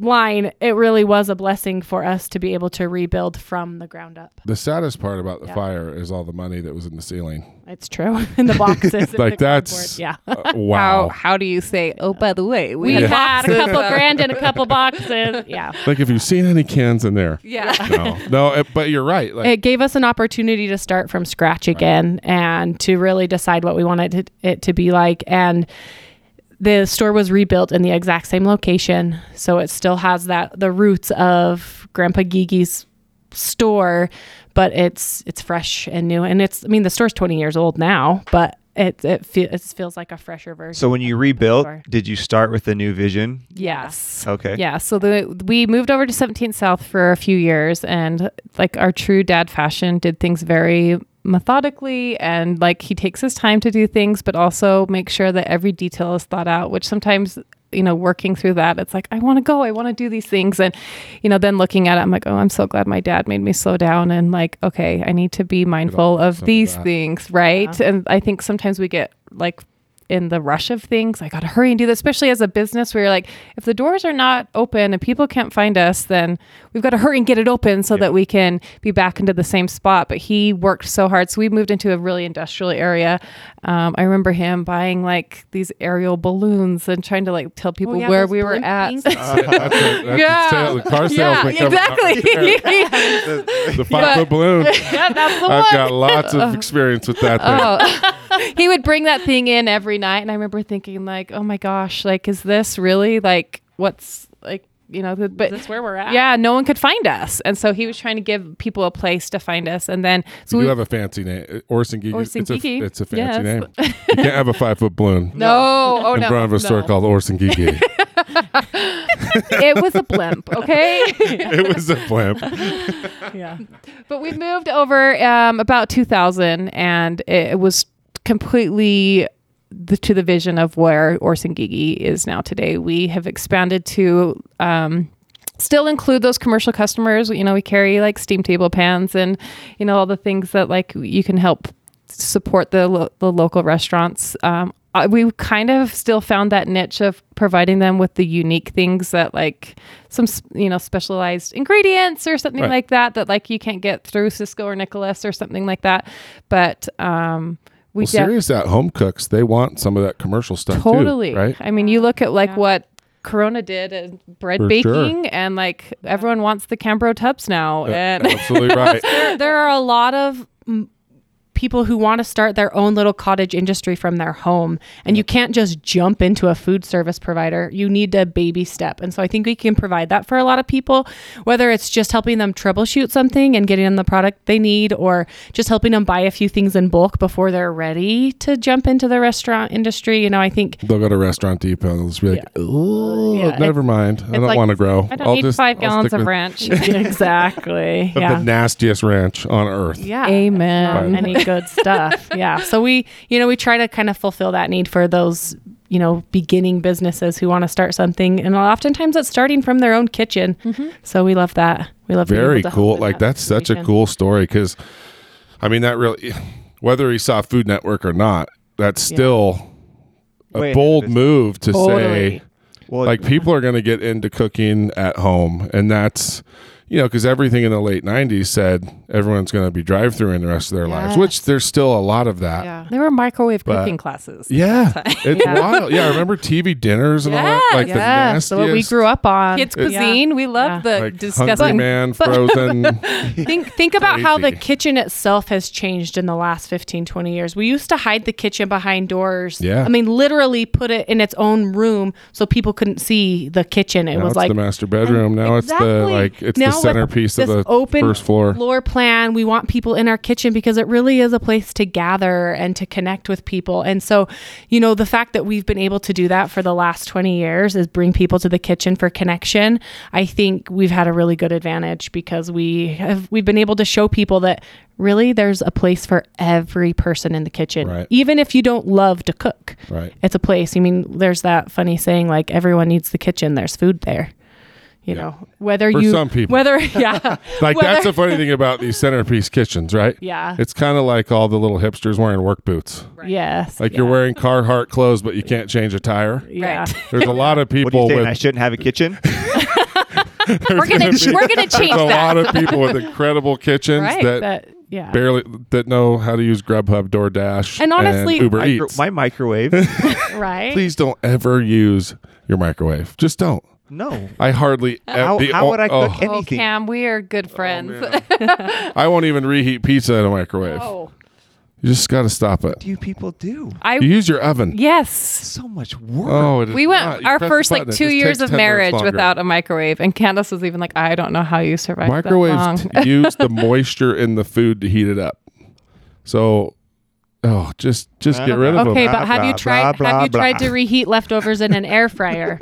D: line it really was a blessing for us to be able to rebuild from the ground up
A: The saddest part about the
D: Yeah.
A: fire is all the money that was in the ceiling.
D: it's true in the boxes and
A: Like
D: the
A: that's
D: cardboard. yeah
A: uh,
C: How
A: wow.
C: how do you say, oh by the way,
D: we
C: have
D: had a
C: boxes
D: couple
C: of-
D: grand and a couple boxes yeah
A: Like if you've seen any cans in there,
C: Yeah.
A: no, no. it- But you're right. Like
D: it gave us an opportunity to start from scratch again and to really decide what we wanted it, it to be like and the store was rebuilt in the exact same location so it still has that the roots of grandpa gigi's store but it's it's fresh and new and it's i mean the store's 20 years old now but it it, fe- it feels like a fresher version
B: So when you rebuilt,
D: Sorry.
B: did you start with the new vision?
D: yes
B: Okay.
C: Yeah, so the we moved over to 17th South for a few years and like our true dad fashion did things very methodically and like he takes his time to do things but also make sure that every detail is thought out, which sometimes you know, working through that, it's like I want to go, I want to do these things, and you know, then looking at it, I'm like, oh, I'm so glad my dad made me slow down and like, okay, I need to be mindful of
A: some of
C: these
A: that.
C: things, right? And I think sometimes we get like in the rush of things, I got to hurry and do this, especially as a business where you're like, if the doors are not open and people can't find us, then we've got to hurry and get it open so that we can be back into the same spot. But he worked so hard. So we moved into a really industrial area. Um, I remember him buying like these aerial balloons and trying to like tell
D: Oh,
C: people
E: yeah,
C: where
E: those
C: we were
E: blimp
C: at.
E: things.
A: uh, that's a, that's
C: Yeah.
A: a sale, the car
C: yeah,
A: salesman coming up there.
C: exactly.
A: The five foot balloon.
D: yeah that's the
A: I've got lots of experience with that thing.
C: Oh, he would bring that thing in every night, and I remember thinking, like, oh my gosh, like, is this really like what's like, you know? the- But
D: that's where we're at
C: yeah, no one could find us, and so he was trying to give people a place to find us, and then so
A: you
C: we
A: do have a fancy name, Orson Geeky.
C: Orson
A: it's, a,
C: Geeky.
A: it's a fancy
C: Yes.
A: name. You can't have a five foot balloon
C: no, oh
A: in
C: no,
A: front of a store
C: no.
A: called Orson Geeky.
C: it was a blimp, okay.
A: it was a blimp.
D: yeah
C: but we moved over um, about 2000 and it was completely the, to the vision of where Orson Gigi is now today. We have expanded to um, still include those commercial customers. You know, we carry like steam table pans and, you know, all the things that like you can help support the, lo- the local restaurants. Um, I- we kind of still found that niche of providing them with the unique things that like some s- you know specialized ingredients or something
A: Right.
C: like that that like you can't get through Cisco or Nicholas or something like that. But um, we
A: Well,
C: def-
A: serious at home cooks, they want some of that commercial stuff
C: totally
A: too, right?
C: i mean you look at like
D: Yeah.
C: what corona did and bread
A: For sure.
C: baking and like everyone wants the cambro tubs now
A: Yeah,
C: and
A: Absolutely right.
D: there are a lot of mm, people who want to start their own little cottage industry from their home and you can't just jump into a food service provider you need to baby step and so i think we can provide that for a lot of people whether it's just helping them troubleshoot something and getting them the product they need or just helping them buy a few things in bulk before they're ready to jump into the restaurant industry you know i think
A: They'll go to Restaurant Depot and they'll just be like, "Oh,
D: Yeah,
A: never mind. I don't
D: like-
A: want to grow.
C: i don't need five gallons of ranch
D: exactly
A: Of the nastiest ranch on earth.
D: yeah
C: amen
A: Fine.
D: any Um, good stuff. Yeah. So we, you know, we try to kind of fulfill that need for those, you know, beginning businesses who want to start something. And oftentimes it's starting from their own kitchen. So we love that. We love being
A: Mm-hmm. Very
D: able to
A: cool.
D: help in
A: Like
D: that
A: that's such a
D: situation.
A: cool story because, I mean, that really, whether he saw Food Network or not, that's still a
B: Way ahead of
A: bold
B: his-
A: move to
C: Totally.
A: say
B: Well,
A: like people are going to get into cooking at home, and that's you know, because everything in the late 90s said everyone's going to be drive through in the rest of their lives, which there's still a lot of that.
D: Yeah.
C: There were microwave
A: But-
C: cooking classes.
A: Yeah, it's wild. Yeah, I remember TV dinners and all that. Like the
D: yeah.
A: nastiest.
D: So what we grew up on.
C: Kids
A: Yeah.
C: cuisine. We love the
A: like Hungry
C: disgusting.
A: Man, Frozen.
D: think think about how the
A: Crazy.
D: kitchen itself has changed in the last 15 20 years we used to hide the kitchen behind doors
A: Yeah.
D: i mean literally put it in its own room so people couldn't see the kitchen it
A: now
D: was
A: it's
D: like
A: the master bedroom. Now it's the
D: Exactly.
A: like it's
D: Now
A: the
D: with
A: centerpiece of
D: this
A: the first floor.
D: floor plan. We want people in our kitchen because it really is a place to gather and to connect with people. And so, you know, the fact that we've been able to do that for the last 20 years is bring people to the kitchen for connection. I think we've had a really good advantage because we have we've been able to show people that really there's a place for every person in the kitchen.
A: Right.
D: Even if you don't love to cook.
A: Right.
D: It's a place. I mean, there's that funny saying like everyone needs the kitchen, there's food there. You
A: Yeah.
D: know, whether
A: For
D: you
A: some people.
D: whether yeah,
A: Like
D: whether-
A: that's the funny thing about these centerpiece kitchens, right?
D: Yeah.
A: It's kind of like all the little hipsters wearing work boots.
D: Yes.
A: Like you're wearing Carhartt clothes, but you can't change a tire.
D: yeah.
C: Right.
A: There's a lot of
B: What do
A: people
B: you think? I
A: with
B: shouldn't have a kitchen?
C: We're gonna
A: be-
C: we're gonna change
A: there's a lot
C: that.
A: of people with incredible kitchens
C: Right,
A: that,
D: That yeah.
A: barely that know how to use Grubhub, DoorDash,
D: And honestly-
A: Uber
B: Micro-
A: Eats.
B: my microwave?
D: right.
A: Please don't ever use your microwave. Just don't.
B: No.
A: I hardly.
B: How,
A: the
B: how
A: o-
B: would I
A: oh,
B: cook
C: Oh,
B: anything?
C: Cam, we are good friends.
A: I won't even reheat pizza in a microwave.
C: Oh,
A: You just got to stop it.
B: do you people do?
C: I
A: You use your oven.
C: yes.
B: So much work.
A: Oh, it is
C: We
A: not.
C: went
A: You
C: our
A: press
C: first
A: the
C: like
A: button, it
C: two
A: just
C: years
A: takes
C: of
A: 10 minutes
C: marriage
A: longer.
C: without a microwave, and Candace was even like, "I don't know how you survived that long."
A: Microwaves t- use the moisture in the food to heat it up. So, oh, just just get rid of
D: Okay,
A: them.
D: but have you
B: blah,
D: tried
B: blah,
D: have you
B: blah,
D: tried
B: blah.
D: to reheat leftovers in an air fryer?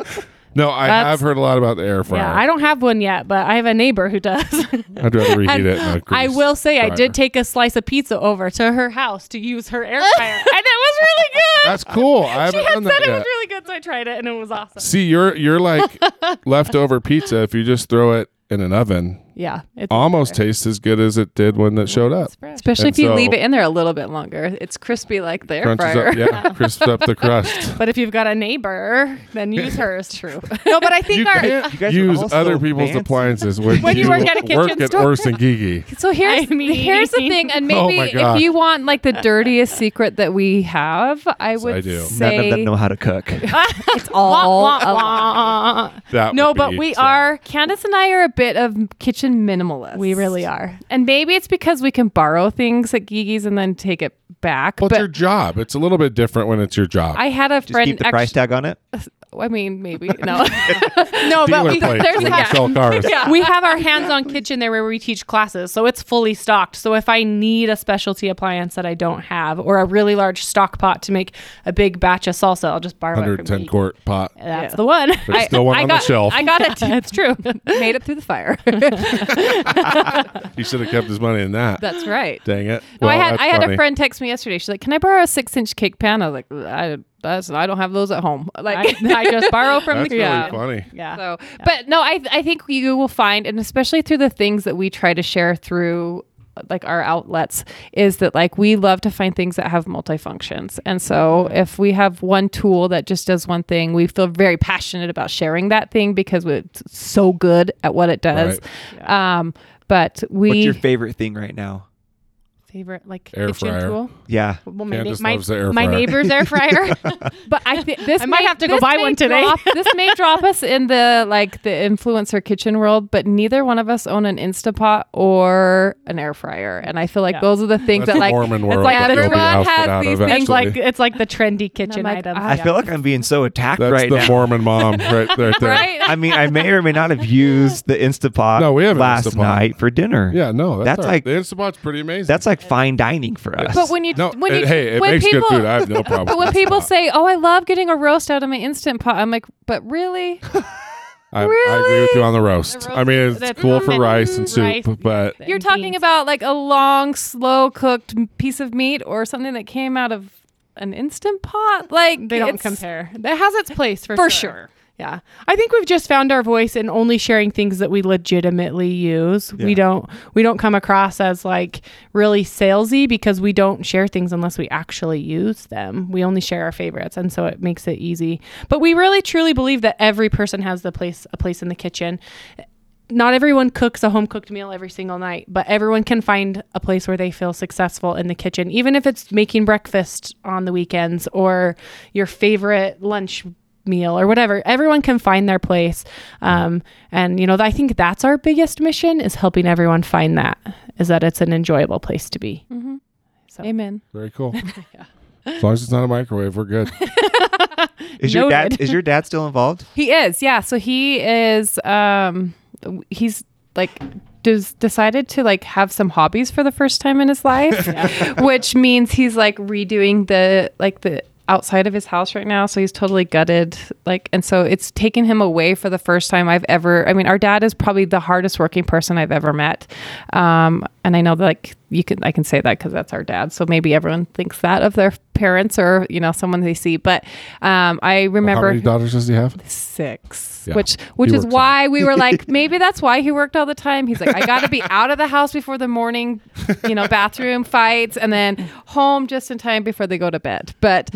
A: No, I
D: that's-
A: have heard a lot about the air fryer.
D: yeah, I don't have one yet, but I have a neighbor who does.
A: I'd rather reheat
D: And
A: it. Oh, In a
D: I
A: grease
D: will say I
A: fryer.
D: did take a slice of pizza over to her house to use her air fryer. and it was really good.
A: That's cool. I haven't
D: she had
A: done
D: said
A: that
D: it
A: yet.
D: was really good, so I tried it and it was awesome.
A: See, you're you're like leftover pizza. If you just throw it in an oven,
D: Yeah. It's
A: almost tastes as good as it did when it showed up.
D: fresh.
C: Especially
A: And
C: if you
A: so-
C: leave it in there a little bit longer, it's crispy like the air
A: Crunches
C: fryer.
A: up, yeah, crisps up the crust.
D: But if you've got a neighbor, then use hers.
C: True.
D: No, but I think
A: You
D: our
A: can't
B: You guys are
A: use
B: all so
A: other people's
B: fancy.
A: appliances when,
D: When you work at a kitchen
A: work at
D: store.
A: Orson Gigi.
C: So here's
D: I mean-
C: here's the thing, and
A: Oh
C: maybe
A: my
C: if
A: gosh.
C: you want like the dirtiest secret that we have, I would
A: I do. None of
B: None of
C: say
B: them know how to cook.
C: it's all
D: Wah,
C: a
D: wah,
C: lie.
D: wah.
A: That
D: No,
A: would
D: but
A: be
D: we
A: sad.
D: are
C: Candace and I are a bit of kitchen minimalists.
D: we really are.
C: and maybe it's because we can borrow things at Gigi's and then take it back.
A: Well, it's
C: but
A: your job. It's a little bit different when it's your job.
C: I had a
B: Just
C: friend.
B: keep the price tag on it.
C: actu- I mean, maybe no.
A: Dealer
D: No, but we,
A: place
C: there's
A: when
C: a-
A: you sell cars.
C: yeah.
D: we have our hands-on kitchen there where we teach classes so it's fully stocked so if i need a specialty appliance that i don't have or a really large stock pot to make a big batch of salsa i'll just borrow it from
A: 110
D: Yi.
A: quart pot.
D: that's
C: Yeah.
D: the one
A: There's still one
C: I
A: on
C: got,
A: the shelf.
C: I got it. it's true. Made it through the fire.
A: He should have kept his money in that.
C: That's right.
A: Dang it.
C: No, Oh, I
A: Well,
C: had
A: that's
C: I had
A: funny.
C: a friend text me yesterday. She's like, "Can I borrow a six inch cake pan?" I was like, "I that's I don't have those at home." Like,
D: I, I just borrow from
A: That's
D: the
A: really
D: yeah.
A: funny.
D: yeah
C: so, but no, I I think you will find, and especially through the things that we try to share through like our outlets is that like we love to find things that have multifunctions and so
D: Mm-hmm.
C: if we have one tool that just does one thing we feel very passionate about sharing that thing because it's so good at what it does um but we
B: What's your favorite thing right now?
D: favorite like
A: Air
D: kitchen
A: fryer.
D: tool
B: Yeah.
D: well, my,
A: Candace
D: my,
A: loves the air
D: my
A: fryer.
D: neighbor's air fryer
C: But I think this
D: I might
C: may-
D: have to go
C: this
D: buy
C: may
D: one today.
C: drop- this may drop us in the like the influencer kitchen world, but neither one of us own an Instapot or an air fryer, and I feel like
D: Yeah.
C: those are the things
A: That's
C: that
A: a
C: like
A: Mormon world.
C: like
A: that nobody
C: everyone
A: else
C: has
A: got out
C: these
A: of,
C: things
D: it's
A: actually.
D: like it's like "Ah, the trendy kitchen
C: I'm like,
D: item
C: I
B: I feel like I'm being so attacked
A: That's
B: right
A: the
B: now.
A: Mormon mom right there. there.
C: right.
B: I mean, I may or may not have used the Instapot
A: No, we have an
B: last
A: Instapot.
B: night for dinner.
A: Yeah, no, that's,
B: That's
A: all right.
B: like-
A: the Instapot's pretty amazing.
B: That's like fine dining for us.
C: But when you
A: no,
C: when
A: it-
C: you
A: hey, it
C: when
A: makes
C: people,
A: good food. I have no problem.
C: but
A: with
C: when people
A: Instapot.
C: say, "Oh, I love getting a roast out of my instant pot," I'm like, "But really?"
A: I, I agree with you on the roast.
D: The
A: I mean,
D: roast-
A: it's
D: that's
A: cool for
D: common.
A: rice and soup,
D: Rice.
A: but
C: You're
D: And
C: talking
D: beans.
C: about like a long, slow cooked piece of meat or something that came out of an instant pot. Like
D: they don't
C: it's-
D: compare. That has its place for,
C: For
D: sure.
C: sure.
D: Yeah. I think we've just found our voice in only sharing things that we legitimately use. We
B: Yeah.
D: don't we don't come across as like really salesy because we don't share things unless we actually use them. We only share our favorites and so it makes it easy. But we really truly believe that every person has the place a place in the kitchen not everyone cooks a home cooked meal every single night, but everyone can find a place where they feel successful in the kitchen, even if it's making breakfast on the weekends or your favorite lunch meal or whatever. Everyone can find their place. Um, and, you know, I think that's our biggest mission is helping everyone find that, is that it's an enjoyable place to be. So.
C: Amen.
A: Very cool. As long as it's not a microwave, we're good.
B: Is your dad
D: Noted.
B: is your dad still involved?
C: He is, yeah. So he is. Um, he's like des- decided to like have some hobbies for the first time in his life, which means he's like redoing the like the outside of his house right now. So he's totally gutted, like, and so it's taken him away for the first time I've ever. I mean, our dad is probably the hardest working person I've ever met, um, and I know that like you can I can say that because that's our dad. So maybe everyone thinks that of their parents or you know someone they see, but um, I
A: How
C: remember
A: many daughters does he have?
C: six,
A: Yeah.
C: which which
A: He
C: is
A: works
C: why we were like, maybe that's why he worked all the time. He's like, I got to be out of the house before the morning, you know, bathroom fights, and then home just in time before they go to bed. But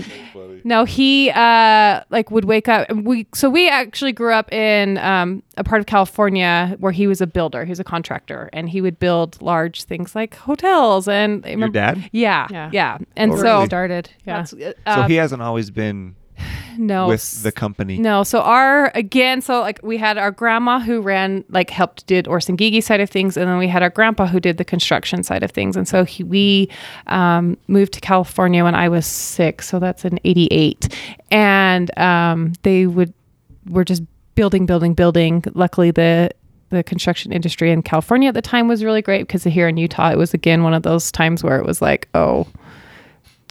C: no, he uh, like would wake up. and We so we actually grew up in um, a part of California where he was a builder. He was a contractor, and he would build large things like hotels and
B: Your dad?
C: Yeah,
D: Yeah.
C: yeah, and
B: Oh,
C: so.
B: really?
D: started. Yeah.
C: that's- uh,
B: so he hasn't always been
C: no
B: with the company.
C: no, so our again, so like we had our grandma who ran like helped did Orson Gigi side of things, and then we had our grandpa who did the construction side of things, and so he, we um, moved to California when I was six, so that's in '88, and um, they would were just building, building, building. Luckily, the the construction industry in California at the time was really great because here in Utah, it was again one of those times where it was like, oh,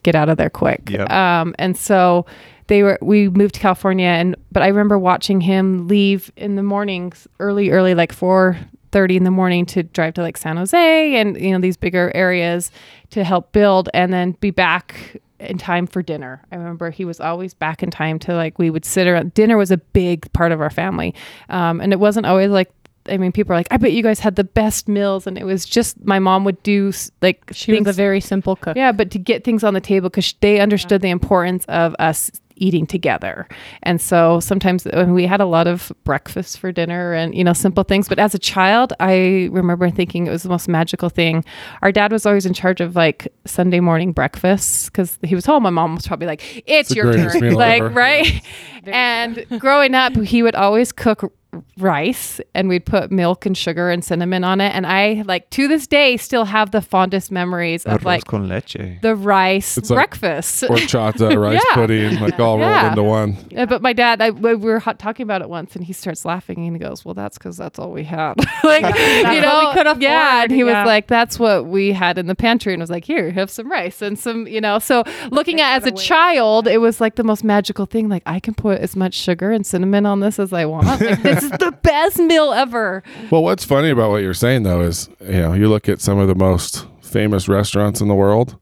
C: get out of there quick.
B: Yep.
C: Um, and so they were we moved to California and but I remember watching him leave in the mornings early, early like four thirty in the morning to drive to like San Jose and you know these bigger areas to help build and then be back in time for dinner. I remember he was always back in time to like we would sit around dinner was a big part of our family. Um, and it wasn't always like I mean, people are like, I bet you guys had the best meals. And it was just my mom would do s- like
D: She was
C: things-
D: a very simple cook.
C: yeah, but to get things on the table because they understood the importance of us eating together. And so sometimes I mean, we had a lot of breakfast for dinner and, you know, simple things. But as a child, I remember thinking it was the most magical thing. Our dad was always in charge of like Sunday morning breakfast because he was home. My mom was probably like, it's,
A: the
C: your
A: greatest
C: turn.
A: meal
C: Like,
A: ever.
C: right? and growing up, he would always cook rice and we'd put milk and sugar and cinnamon on it. And I like to this day still have the fondest memories of
B: Arroz
C: like
B: con leche.
C: the rice
A: like-
C: breakfast.
A: Horchata, uh, rice
C: Yeah.
A: pudding, like all
C: Yeah.
A: rolled into one.
C: Uh, But my dad, I, we were hot talking about it once, and he starts laughing and he goes, "Well, that's because that's all we had." like you know,
D: what we could
C: yeah. And
D: afford,
C: he
D: yeah.
C: was like, "That's what we had in the pantry," and was like, "Here, have some rice and some," you know. So looking at it as a child, it was like the most magical thing. Like I can put as much sugar and cinnamon on this as I want. Like, this is the best meal ever.
A: Well, what's funny about what you're saying though is, you know, you look at some of the most famous restaurants in the world.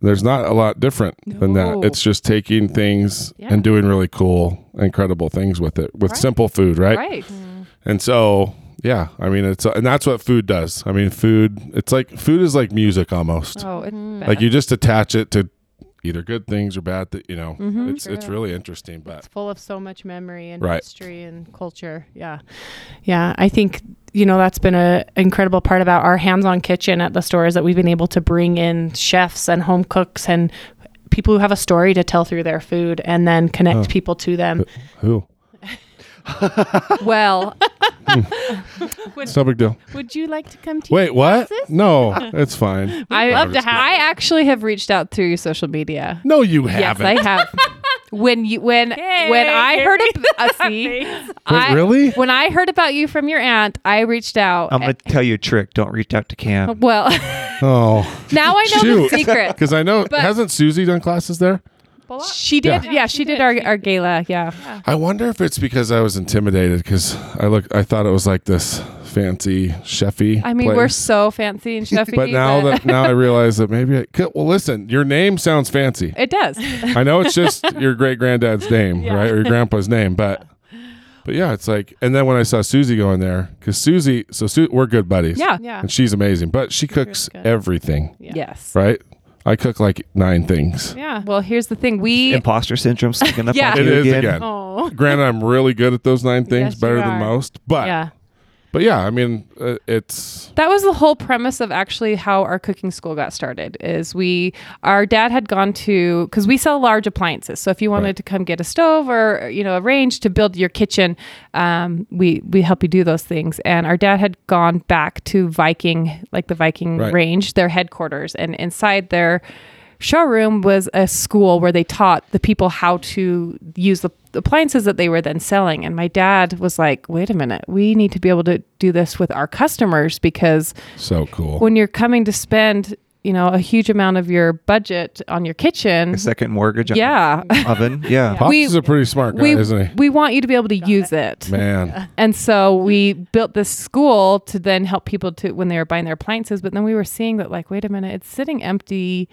A: There's not a lot different than that.
C: No.
A: It's just taking things
C: Yeah.
A: and doing really cool, incredible things with it, with simple food, right?
C: Right.
A: And so, yeah, I mean, it's and that's what food does. I mean, food. It's like food is like music almost.
C: Oh, it's bad.
A: Like you just attach it to either good things or bad. That you know,
C: Mm-hmm.
A: it's it's
D: True.
A: really interesting. But
D: It's full of so much memory and
A: Right.
D: history and culture. Yeah. Yeah. I think, you know, that's been an incredible part about our hands on kitchen at the store is that we've been able to bring in chefs and home cooks and people who have a story to tell through their food and then connect
A: Oh.
D: people to them.
A: who?
C: well,
A: It's no big deal.
D: Would you like to come to
A: Wait, what? No, it's fine.
C: I
A: love to have-
C: I actually have reached out through social media.
A: No, you haven't.
C: Yes, I have. when you when when I heard about uh, see, I,
A: really?
C: when I heard about you from your aunt, I reached out.
B: I'm gonna tell you a trick. Don't reach out to Cam.
C: well,
A: Oh,
C: now I know
A: Shoot.
C: the secret.
A: because I know hasn't Susie done classes there?
C: She did, yeah, she, did, our, our gala, yeah.
A: I wonder if it's because I was intimidated because I look, I thought it was like this fancy chefy.
C: I mean,
A: place.
C: we're so fancy and chefy,
A: But now that now I realize that maybe it could, well, listen, your name sounds fancy.
C: it does.
A: I know it's just your great granddad's name, right, or your grandpa's name, but. But yeah, it's like, and then when I saw Susie going there, because Susie, so Su- we're good buddies.
C: Yeah.
D: Yeah.
A: And she's amazing, but she cooks
D: good.
A: everything,
D: Yeah.
C: Yes.
A: right? I cook like nine things.
D: Yeah.
C: Well, here's the thing. We
B: Imposter syndrome sneaking up
C: Yeah.
B: on
A: It
B: you
A: is
B: again.
A: again.
D: Oh.
A: Granted, I'm really good at those nine things,
D: Yes,
A: better
D: you
A: than
D: are.
A: most, but
D: Yeah.
A: But yeah, I mean, uh, it's
C: That was the whole premise of actually how our cooking school got started. Is we our dad had gone to because we sell large appliances. So if you wanted
A: Right.
C: to come get a stove or you know a range to build your kitchen, um, we we help you do those things. And our dad had gone back to Viking, like the Viking
A: Right.
C: range, their headquarters, and inside their showroom was a school where they taught the people how to use the appliances that they were then selling and my dad was like wait a minute we need to be able to do this with our customers because
A: so cool.
C: when you're coming to spend you know a huge amount of your budget on your kitchen
B: A second mortgage on
C: yeah
B: the oven. Yeah.
A: Pops
C: we-
A: is a pretty smart guy,
C: we
A: isn't
C: we want you to be able to use it
A: he? Man,
C: and so we built this school to then help people to when they were buying their appliances but then we were seeing that like wait a minute it's sitting empty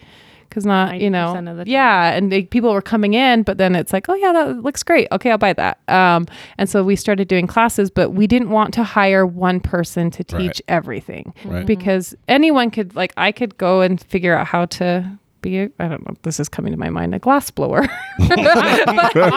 C: because not you know
D: 90% of the time.
C: yeah and they, people were coming in but then it's like oh yeah that looks great okay i'll buy that um, and so we started doing classes but we didn't want to hire one person to teach
A: Right.
C: everything
D: Mm-hmm.
A: Right.
C: because anyone could like i could go and figure out how to be a, i don't know this is coming to my mind a glass blower
D: Oh,
C: not sure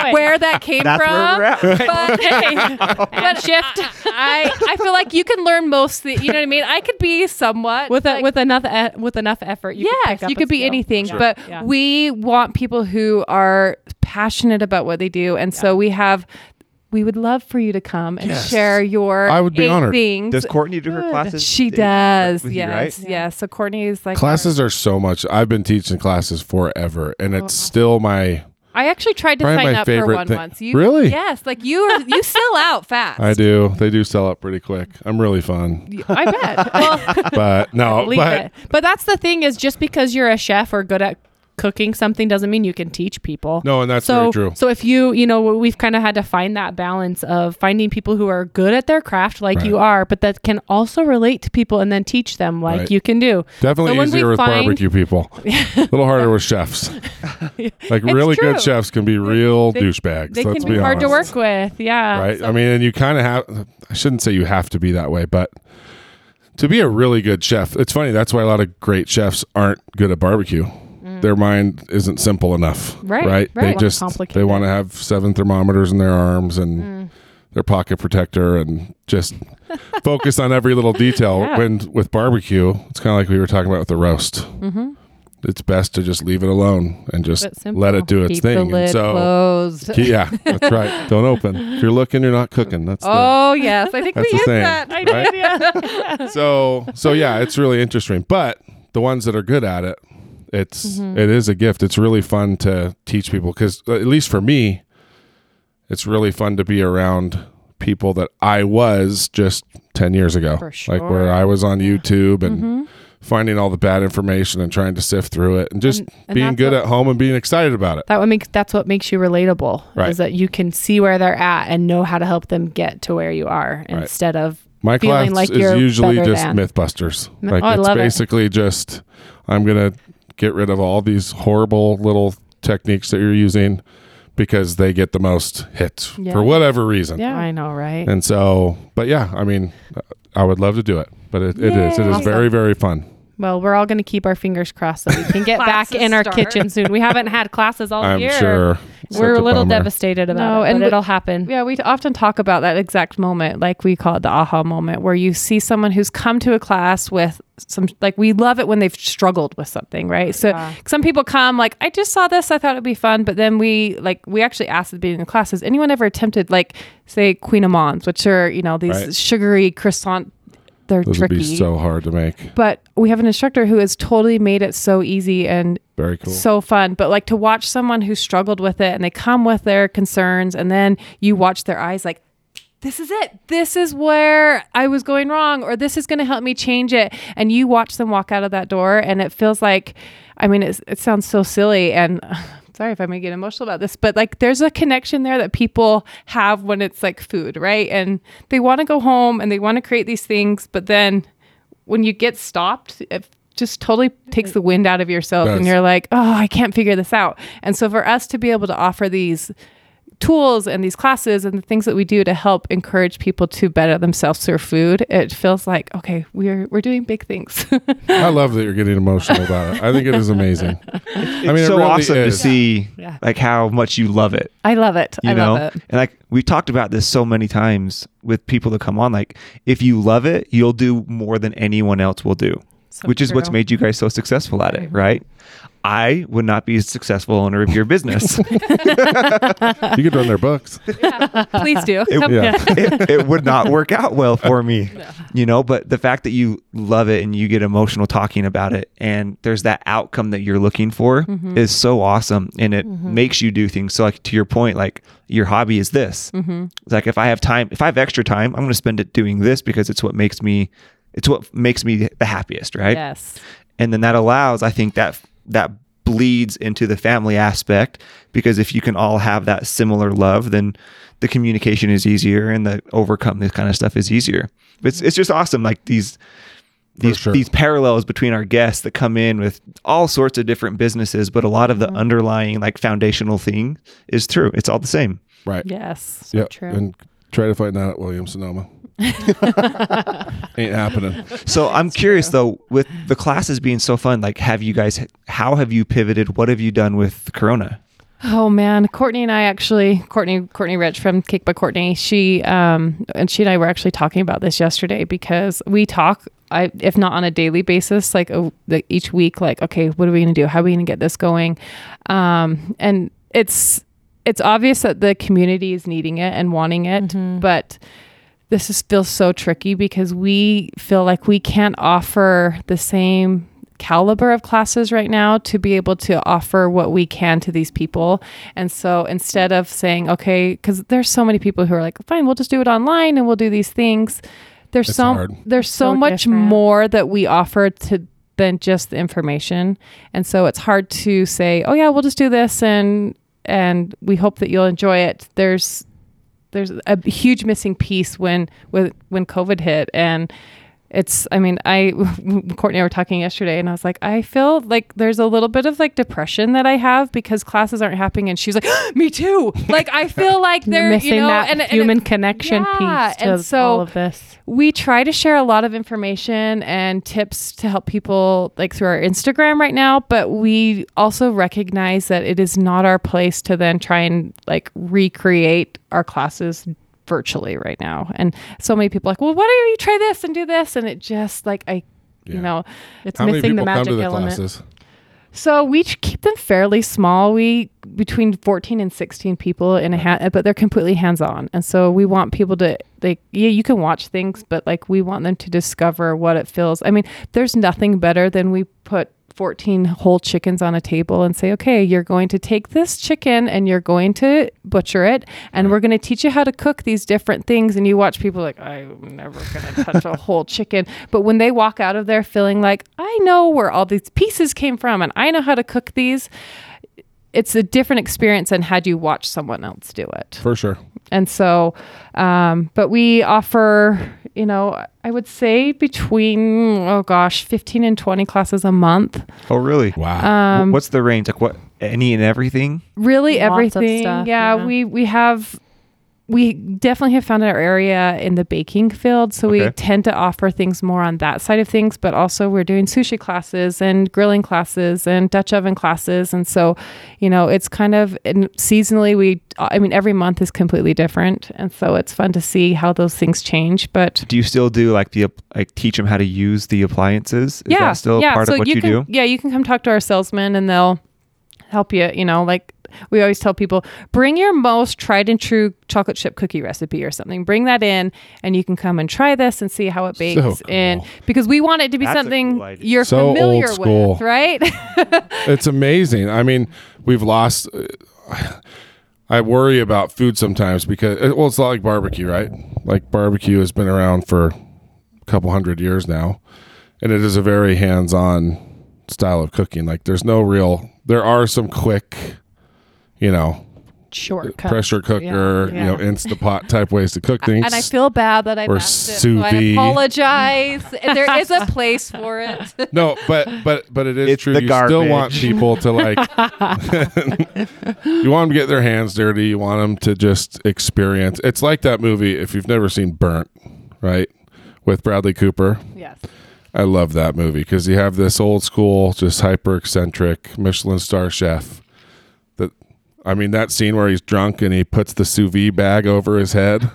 D: boy.
C: where that came
B: That's
C: from
B: where we're at. right?
C: but hey, but shift. I, I feel like you can learn most. Thi- you know what I mean? I could be somewhat
D: with
C: like-
D: a, with enough e- with enough effort. You could
C: yes,
D: pick up
C: you
D: a
C: could be
D: skill.
C: anything.
D: Yeah.
C: But
D: Yeah.
C: we want people who are passionate about what they do, and so we have. We would love for you to come and
A: Yes.
C: share your
A: I would be
C: eight
A: honored.
C: things.
B: Does Courtney do her classes?
C: she
B: They-
C: does.
B: with you,
C: yes,
B: right?
C: yes. So Courtney is like
A: classes are so much. I've been teaching classes forever, and it's
D: Uh-huh.
A: still my.
C: I actually tried to
A: Probably
C: sign
A: my
C: up for
A: favorite
C: one
A: thing.
C: once. You
A: Really?
C: Yes. Like you are. You sell out fast.
A: I do. They do sell up pretty quick. I'm really fun,
C: I bet. Well,
A: but no,
D: Leave
A: but
D: it. But that's the thing is just because you're a chef or good at cooking something doesn't mean you can teach people.
A: No, and that's very
D: so,
A: true.
D: So if you, you know, we've kind of had to find that balance of finding people who are good at their craft like you
A: Right.
D: are, but that can also relate to people and then teach them like
A: Right.
D: you can do.
A: Definitely
D: So when we
A: easier with
D: find-
A: barbecue people. a little harder with chefs. like really
D: true.
A: good chefs can be real douchebags.
D: They
A: let's
D: can be, hard to
A: honest,
D: work with. Yeah.
A: Right? I mean, and you kind of have I shouldn't say you have to be that way, but to be a really good chef, it's funny, that's why a lot of great chefs aren't good at barbecue. Their mind isn't simple enough.
D: Mm. Right,
A: Right.
D: right.
A: They
D: Wanna
A: just
D: complicate
A: they
D: it. Mm.
A: want to have seven thermometers in their arms and their pocket protector and just focus on every little detail.
D: Yeah.
A: When with barbecue, it's kind of like we were talking about with the roast. It's best to just leave it alone and just
D: Mm-hmm. But simple.
A: let it do its
C: keep
A: thing.
C: the
A: And
C: lid
A: so,
C: closed.
A: ke- yeah, that's right. Don't open. If you're looking, you're not cooking. That's the,
C: Oh yes, I think
A: That's the
C: we used
A: saying,
C: that. I
A: right?
C: did, yeah.
A: so so yeah, it's really interesting. But the ones that are good at it, it's
D: Mm-hmm.
A: it is a gift. It's really fun to teach people because at least for me, it's really fun to be around people that I was just ten years ago,
D: For
A: like where
D: sure. Mm-hmm.
A: I was on YouTube and. Finding all the bad information and trying to sift through it, and just
D: And- and
A: being
D: that's
A: good
D: what-
A: at home and being excited about it.
D: That what makes that's what makes you relatable
A: Right.
D: is that you can see where they're at and know how to help them get to where you are
A: Right.
D: instead of
A: My
D: feeling
A: class
D: like
A: is
D: you're
A: usually
D: better
A: just
D: than.
A: MythBusters.
D: Mm,
A: Like
D: oh, I
A: it's
D: love it.
A: basically just I'm gonna get rid of all these horrible little techniques that you're using because they get the most hits
D: Yeah.
A: for whatever reason.
C: Yeah.
D: I know, right?
A: And so, but yeah, I mean, I would love to do it, but it, it is it is
D: Awesome.
A: very very fun.
D: Well, we're all going to keep our fingers crossed that we can get back
C: Classes
D: in our
C: start.
D: kitchen soon. We haven't had classes all
A: I'm
D: year.
A: sure Such
D: We're a little
A: bummer.
D: devastated about
C: No,
D: it,
C: and
D: but
C: the-
D: it'll happen.
C: Yeah, we often talk about that exact moment, like we call it the aha moment, where you see someone who's come to a class with some, like we love it when they've struggled with something, right? So
D: Yeah.
C: some people come like, I just saw this, I thought it'd be fun, but then we like we actually asked at the beginning of the class, has anyone ever attempted like say Queen of Mons, which are you know these
A: Right.
C: sugary croissant, they're
A: Those
C: tricky,
A: would be so hard to make.
C: but we have an instructor who has totally made it so easy and
A: Very cool.
C: so fun but like to watch someone who struggled with it and they come with their concerns and then you watch their eyes like this is it this is where i was going wrong or this is going to help me change it and you watch them walk out of that door and it feels like i mean it's, it sounds so silly and sorry if i'm going to get emotional about this but like there's a connection there that people have when it's like food right and they want to go home and they want to create these things but then when you get stopped, it just totally takes the wind out of yourself and
A: Does.
C: you're like, oh, I can't figure this out. And so for us to be able to offer these tools and these classes and the things that we do to help encourage people to better themselves through food, it feels like okay, we're we're doing big things.
A: I love that you're getting emotional about it. I think it is amazing.
B: It's
A: mean, it
B: so
A: really
B: awesome
A: is.
B: to see
C: Yeah.
B: like how much you love it.
C: I love it.
B: You
C: I
B: know,
C: love it.
B: and like we've talked about this so many times with people that come on. Like, if you love it, you'll do more than anyone else will do,
C: So
B: which is what's
C: true.
B: made you guys so successful at it, right? I would not be a successful owner of your business.
A: You could run their books.
C: Please do.
B: it,
C: Come-
A: Yeah.
B: it, it would not work out well for me, you know. But the fact that you love it and you get emotional talking about it, and there's that outcome that you're looking for, is so awesome, and it makes you do things. So, like to your point, like your hobby is this. It's Like if I have time, if I have extra time, I'm going to spend it doing this because it's what makes me, it's what makes me the happiest, right?
C: Yes.
B: and then that allows i think that that bleeds into the family aspect because if you can all have that similar love then the communication is easier and the overcome this kind of stuff is easier it's, it's just awesome like these these
A: sure.
B: these parallels between our guests that come in with all sorts of different businesses but a lot of the underlying like foundational thing is true it's all the same
A: Right.
C: Yes. So
A: Yeah.
C: True.
A: And try to find that at Williams Sonoma. Ain't happening.
B: So I'm curious though, with the classes being so fun, like have you guys, how have you pivoted? What have you done with Corona?
C: Oh man, Courtney and I actually Courtney Courtney Rich from Cake by Courtney. She um and she and I were actually talking about this yesterday because we talk I if not on a daily basis like, a, like each week like okay what are we gonna do how are we gonna get this going, um and it's it's obvious that the community is needing it and wanting it but this is feels so tricky because we feel like we can't offer the same caliber of classes right now to be able to offer what we can to these people. And so instead of saying, okay, because there's so many people who are like, fine, we'll just do it online and we'll do these things. There's
A: It's
C: so
A: hard.
C: there's so,
D: So
C: much
D: different.
C: more that we offer to than just the information. And so it's hard to say, oh yeah, we'll just do this and and we hope that you'll enjoy it. There's there's a huge missing piece when with when COVID hit and it's I mean I Courtney and I were talking yesterday and I was like I feel like there's a little bit of like depression that I have because classes aren't happening and she's like me too like I feel like
D: You're
C: they're
D: missing
C: you know
D: that
C: and, and
D: human
C: it-
D: connection
C: Yeah,
D: piece to
C: and so-
D: all of this.
C: we try to share a lot of information and tips to help people like through our Instagram right now, but we also recognize that it is not our place to then try and like recreate our classes virtually right now. And so many people are like, well, why don't you try this and do this? And it just like I,
A: Yeah.
C: you know,
D: It's
A: How many
D: missing the
A: people come
D: magic
A: to the
D: element.
A: classes?
C: so we ch- keep them fairly small. We between 14 and 16 people in a ha- but they're completely hands-on. And so we want people to like yeah, you can watch things, but like we want them to discover what it feels. I mean, there's nothing better than we put 14 whole chickens on a table and say, "Okay, you're going to take this chicken and you're going to butcher it and we're going to teach you how to cook these different things." And you watch people like, "I'm never going to touch a whole chicken." But when they walk out of there feeling like, "I know where all these pieces came from and I know how to cook these," it's a different experience than had you watched someone else do it.
A: For sure.
C: And so, um, but we offer, you know, I would say between, oh gosh, 15 and 20 classes a month.
B: Oh, really?
D: Uh,
A: Wow.
B: Wh-
D: Um,
B: What's the range? Like what? Any and everything?
C: Really
D: Lots of
C: everything.
D: stuff,
C: yeah,
D: yeah.
C: we, we have, we definitely have found our area in the baking field. So we
B: Okay.
C: tend to offer things more on that side of things, but also we're doing sushi classes and grilling classes and Dutch oven classes. And so, you know, it's kind of and seasonally, we, I mean, every month is completely different. And so it's fun to see how those things change. But
B: Do you still do like the app- like teach them how to use the appliances? Is that still part
C: so
B: of what you,
C: can,
B: do?
C: Yeah, you can come talk to our salesman and they'll help you. You know, like we always tell people, bring your most tried and true chocolate chip cookie recipe or something. Bring that in and you can come and try this and see how it bakes. And
A: cool.
C: because we want it to be
B: That's a
C: something
B: cool idea.
C: you're
A: So old
C: familiar
A: school.
C: with, right?
A: It's amazing. I mean, we've lost. I worry about food sometimes because, uh, well, it's not like barbecue, right? Like barbecue has been around for a couple hundred years now, and it is a very hands on style of cooking. Like, there's no real, there are some quick, you know,
D: shortcuts.
A: pressure cooker,
D: Yeah.
A: you know,
D: Yeah.
A: Instapot type ways to cook things.
C: And I feel bad that I
A: Or
C: messed it, so I
A: sous vide.
C: apologize. And there is a place for it.
A: no, but but but it is
B: It's
A: true.
B: the
A: you still want
B: garbage.
A: people to like. you want them to get their hands dirty. You want them to just experience. It's like that movie. If you've never seen Burnt, right, with Bradley Cooper.
D: Yes.
A: I love that movie because you have this old school, just hyper eccentric Michelin star chef. That I mean, that scene where he's drunk and he puts the sous vide bag over his head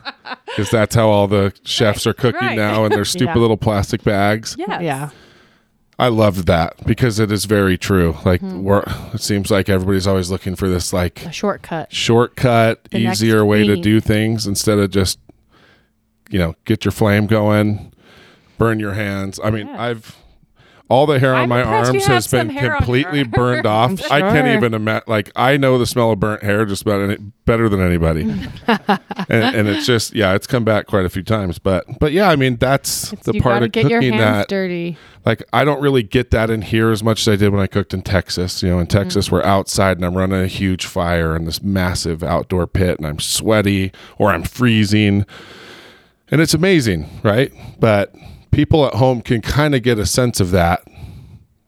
A: because that's how all the chefs are cooking
C: right.
A: now in their stupid
D: Yeah.
A: little plastic bags.
C: Yes.
D: Yeah.
A: I loved that because it is very true. Like, we're, it seems like everybody's always looking for this like
D: A shortcut.
A: shortcut,
D: The next
A: easier way to
D: thing.
A: do things instead of just, you know, get your flame going, burn your hands. I mean,
D: Yeah.
A: I've all the hair on
C: I'm
A: my
C: impressed you
A: arms
C: have
A: has been
C: some hair on
A: completely
C: your
A: burned off. I can't
D: sure.
A: even imagine. Like, I know the smell of burnt hair just about any, better than anybody, and, and it's just yeah, it's come back quite a few times. But but yeah, I mean, that's the
D: you
A: part
D: gotta
A: of
D: get
A: cooking
D: your hands
A: that
D: dirty.
A: like I don't really get that in here as much as I did when I cooked in Texas. You know, in
D: Mm-hmm.
A: Texas we're outside and I'm running a huge fire in this massive outdoor pit and I'm sweaty or I'm freezing. And it's amazing, right? But people at home can kind of get a sense of that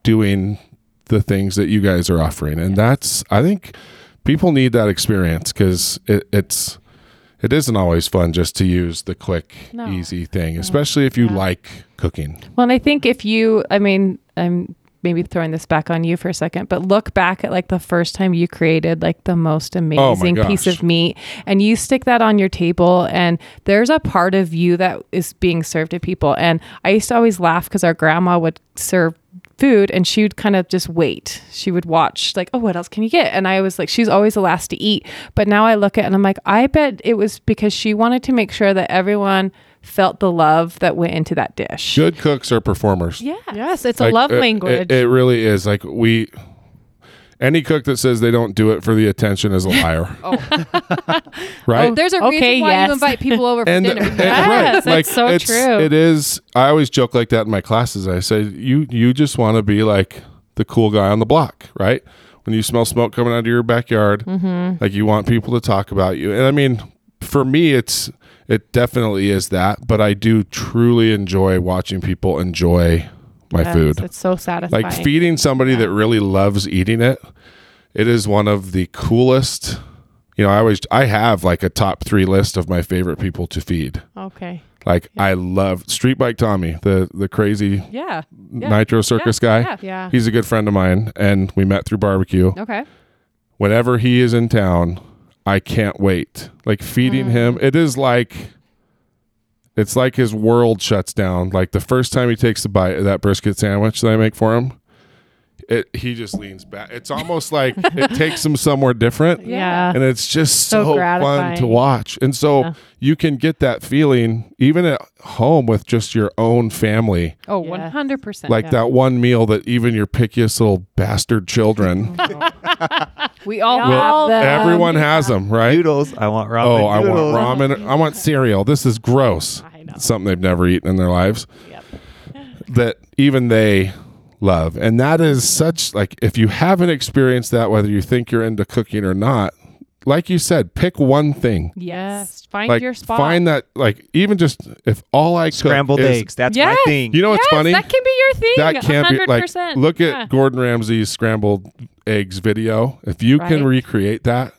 A: doing the things that you guys are offering. And that's I think people need that experience cuz it, it's it isn't always fun just to use the quick
D: No.
A: easy thing, especially if you like cooking.
C: Well, and I think if you, I mean, I'm maybe throwing this back on you for a second, but look back at like the first time you created like the most amazing piece
A: gosh.
C: of meat and you stick that on your table and there's a part of you that is being served to people. And I used to always laugh because our grandma would serve food and she would kind of just wait. She would watch like, oh, what else can you get? And I was like, she's always the last to eat. But now I look at it and I'm like, I bet it was because she wanted to make sure that everyone felt the love that went into that dish.
A: good cooks are performers.
C: Yeah.
D: Yes, it's a
A: Like,
D: love
A: it- It,
D: language.
A: it really is. Like we, any cook that says they don't do it for the attention is a liar.
D: Oh.
C: Oh,
A: right.
E: There's a
D: Okay,
E: reason why
D: yes.
E: you invite people over for
A: and,
E: dinner.
A: and-
D: Yes,
A: right,
D: it's so true.
A: It is. I always joke like that in my classes. I say, you you just want to be like the cool guy on the block, right? When you smell smoke coming out of your backyard,
D: Mm-hmm.
A: like you want people to talk about you. And I mean, for me, it's it definitely is that. But I do truly enjoy watching people enjoy my
D: Yes,
A: food.
D: It's so satisfying.
A: like feeding somebody that really loves eating it it is one of the coolest you know i always i have like a top three list of my favorite people to feed
D: Okay.
A: like i love street bike tommy the the crazy
C: Yeah.
A: nitro circus guy
C: Yeah.
D: Yeah.
A: he's a good friend of mine and we met through barbecue
C: Okay.
A: whenever he is in town i can't wait like feeding
D: Mm.
A: him it is like it's like his world shuts down like the first time he takes a bite of that brisket sandwich that i make for him it he just leans back it's almost like it takes him somewhere different
D: Yeah.
A: and it's just
D: So
A: so, fun to
D: gratifying.
A: watch and so
D: Yeah.
A: you can get that feeling even at home with just your own family
C: Oh,
D: Yes.
C: 100%.
A: like that one meal that even your pickiest little bastard children
C: We all
D: Well,
C: love that.
A: everyone has them right
B: Noodles. I want ramen.
A: Oh, I
B: noodles.
A: want ramen. I want cereal. This is gross.
D: I know.
A: Something they've never eaten in their lives.
D: Yep.
A: That even they love. And that is such like if you haven't experienced that, whether you think you're into cooking or not, like you said, pick one thing.
D: Yes. Find
A: Like
D: your spot.
A: find that like even just if all I cook
B: Scrambled
A: is-
B: eggs. That's
D: Yes.
B: my thing.
A: You know what's
D: yes,
A: funny?
D: That can be your thing.
A: that can't be like
D: 100%.
A: look at
D: Yeah.
A: Gordon Ramsay's scrambled eggs video. If you
D: Right.
A: can recreate that,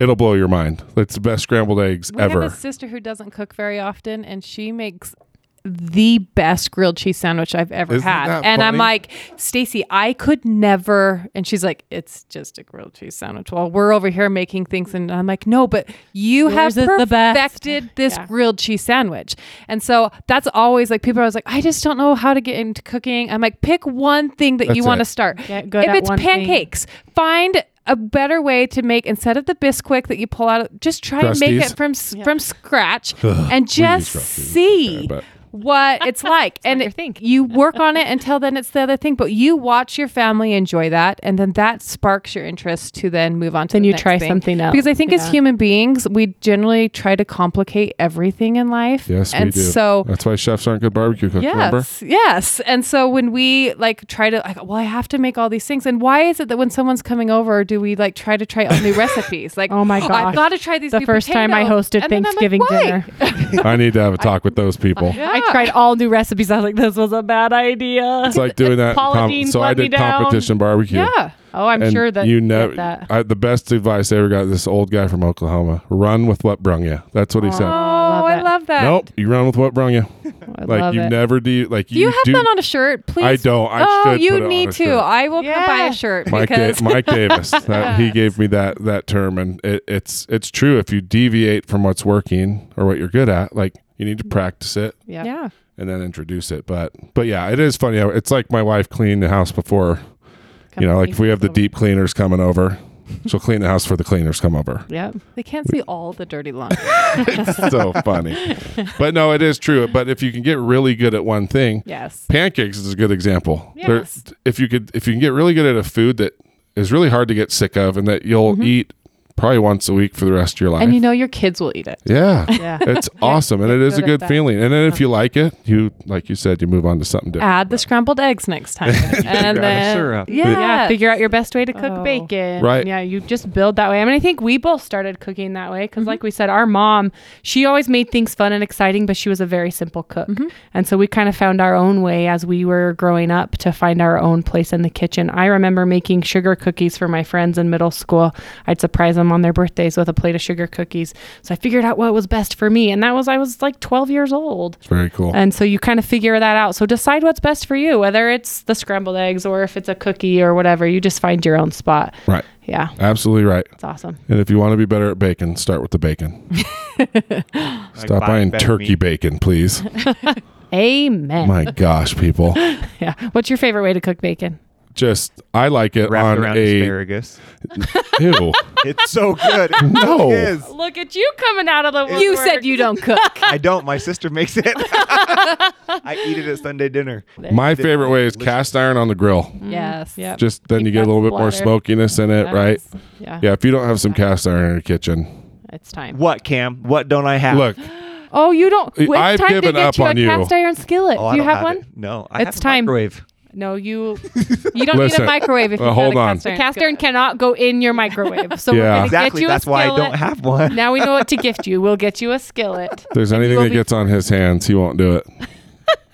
A: it'll blow your mind. It's the best scrambled eggs
C: We
A: ever.
C: have a sister who doesn't cook very often, and she makes the best grilled cheese sandwich I've ever
A: Isn't
C: had.
A: that
C: And I'm
A: funny?
C: like, Stacy, I could never. And she's like, it's just a grilled cheese sandwich. While we're over here making things, and I'm like, no, but you
D: Yours
C: have
D: is the best."
C: perfected this
D: Yeah.
C: grilled cheese sandwich. And so that's always like people are always like, I just don't know how to get into cooking. I'm like, pick one thing that you
A: That's
C: want
A: it.
C: to start.
D: Get good
C: if
D: at
C: it's
D: one thing.
C: pancakes, find a better way to make instead of the bisquick that you pull out, just try and make
A: Crusties.
C: it from s from scratch and
A: We use
C: just
A: crusties.
C: see
A: Okay, but-
C: what it's like. and
D: your thing.
C: you work on it until then it's the other thing, but you watch your family enjoy that and then that sparks your interest to then move on to
D: Then
C: the
D: you
C: next
D: try
C: thing.
D: something else.
C: Because I think as
D: Yeah.
C: human beings, we generally try to complicate everything in life.
A: Yes,
C: and
A: we do.
C: so
A: that's why chefs aren't good barbecue cooks. Remember?
C: Yes, yes. And so when we like try to like, well, I have to make all these things. And why is it that when someone's coming over, do we like try to try out new recipes? Like,
D: Oh my
C: I've
D: gosh.
C: got to try these.
D: The
C: new
D: first time I
C: potatoes."
D: hosted
C: And then I'm like,
D: Thanksgiving
C: "Why?"
D: dinner,
A: I need to have a talk with those people.
D: I tried all new recipes. I was like, "This was a bad idea."
A: It's like doing that.
D: Paula Dean
A: so I
D: let me
A: did
D: down.
A: competition barbecue.
D: Yeah. Oh, I'm
A: and
D: sure that
A: you
D: you
A: know
D: get that.
A: I, the best advice I ever got. This old guy from Oklahoma: run with what brung you. That's what he
C: Oh,
A: said.
C: I
D: it.
C: love that.
A: Nope, you run with what brung you.
D: I
A: Like
D: love
A: you
D: it.
A: never do. Like
C: Do you, have
A: do,
C: that on a shirt, please?
A: I don't. I
C: oh,
A: should
C: you
A: put it on
C: need
A: a
C: to.
A: shirt.
C: I will go buy
D: Yeah.
C: a shirt
A: Mike, Da-
C: because
A: Mike Davis, that, he gave me that that term, and it, it's it's true. If you deviate from what's working or what you're good at, like you need to practice it
D: Yeah.
C: yeah,
A: and then introduce it. But but yeah, it is funny. how- It's like my wife cleaned the house before. You know, like if we have the deep cleaners coming over, she'll clean the house for the cleaners come over.
D: Yep.
C: they can't see all the dirty laundry.
A: so funny. But no, it is true. But if you can get really good at one thing,
C: yes.
A: pancakes is a good example. They're-
C: Yes.
A: if you could, if you can get really good at a food that is really hard to get sick of, and that you'll
D: Mm-hmm.
A: eat probably once a week for the rest of your life.
C: And you know your kids will eat it.
A: yeah.
D: Yeah.
A: It's awesome, and it is a
D: good at
A: good
D: that.
A: feeling. And then if you like it, you like you said, you move on to something different.
C: Add the scrambled eggs next time,
B: Figure out
C: and
B: a
C: then
B: syrup.
C: yeah,
D: Yeah, figure out your best way to cook
C: Oh.
D: bacon.
A: Right.
D: Yeah, you just build that way. I mean, I think we both started cooking that way because, like we said, our mom, she always made things fun and exciting, but she was a very simple cook. And so we kind of found our own way as we were growing up to find our own place in the kitchen. I remember making sugar cookies for my friends in middle school. I'd surprise them on their birthdays with a plate of sugar cookies. So I figured out what was best for me. And that was, I was like 12 years old.
A: It's very cool.
D: And so you kind of figure that out. So decide what's best for you, whether it's the scrambled eggs or if it's a cookie or whatever. You just find your own spot.
A: right.
D: Yeah,
A: Absolutely right.
D: it's awesome.
A: And if you want to be better at bacon, start with the bacon. Stop
B: buy
A: buying
B: better
A: turkey
B: meat.
A: bacon, please.
D: Amen.
A: My gosh, people.
D: Yeah. What's your favorite way to cook bacon?
A: Just I like it
B: Wrapped
A: on
B: around
A: a
B: asparagus.
A: ew.
B: It's so good. It
A: No.
B: is.
D: Look at you coming out of the
C: You said you don't cook.
B: I don't. My sister makes it. I eat it at Sunday dinner.
A: My favorite way is cast iron on the grill.
C: yes.
D: Yep.
A: Just then
D: Keep
A: you get a
D: that
A: little bit more
D: splatter.
A: smokiness in it, right?
D: Yeah.
A: Yeah, if you don't have some cast iron in your kitchen.
D: It's time.
B: What, Cam? What don't I have?
A: Look,
D: Oh, you don't.
A: I-
D: It's
A: I've
D: time
A: given
D: to get
A: up
D: you
A: on
D: a
A: you.
D: cast iron skillet.
B: Oh, I
D: Do you
B: don't
D: have, one?
B: it. No. I
D: It's
B: have a
D: time.
B: Microwave.
D: No, you.
C: You don't need
A: Listen,
C: a microwave if
A: uh,
C: you
A: hold on.
D: The cast iron cannot go in your microwave. So
A: Yeah.
D: we're going to
B: Exactly.
D: get you
B: That's
D: a
B: why I
D: skillet.
B: don't have one.
D: Now we know what to gift you. We'll get you a skillet.
A: if there's anything
D: will
A: that
D: be-
A: gets on his hands, he won't do it.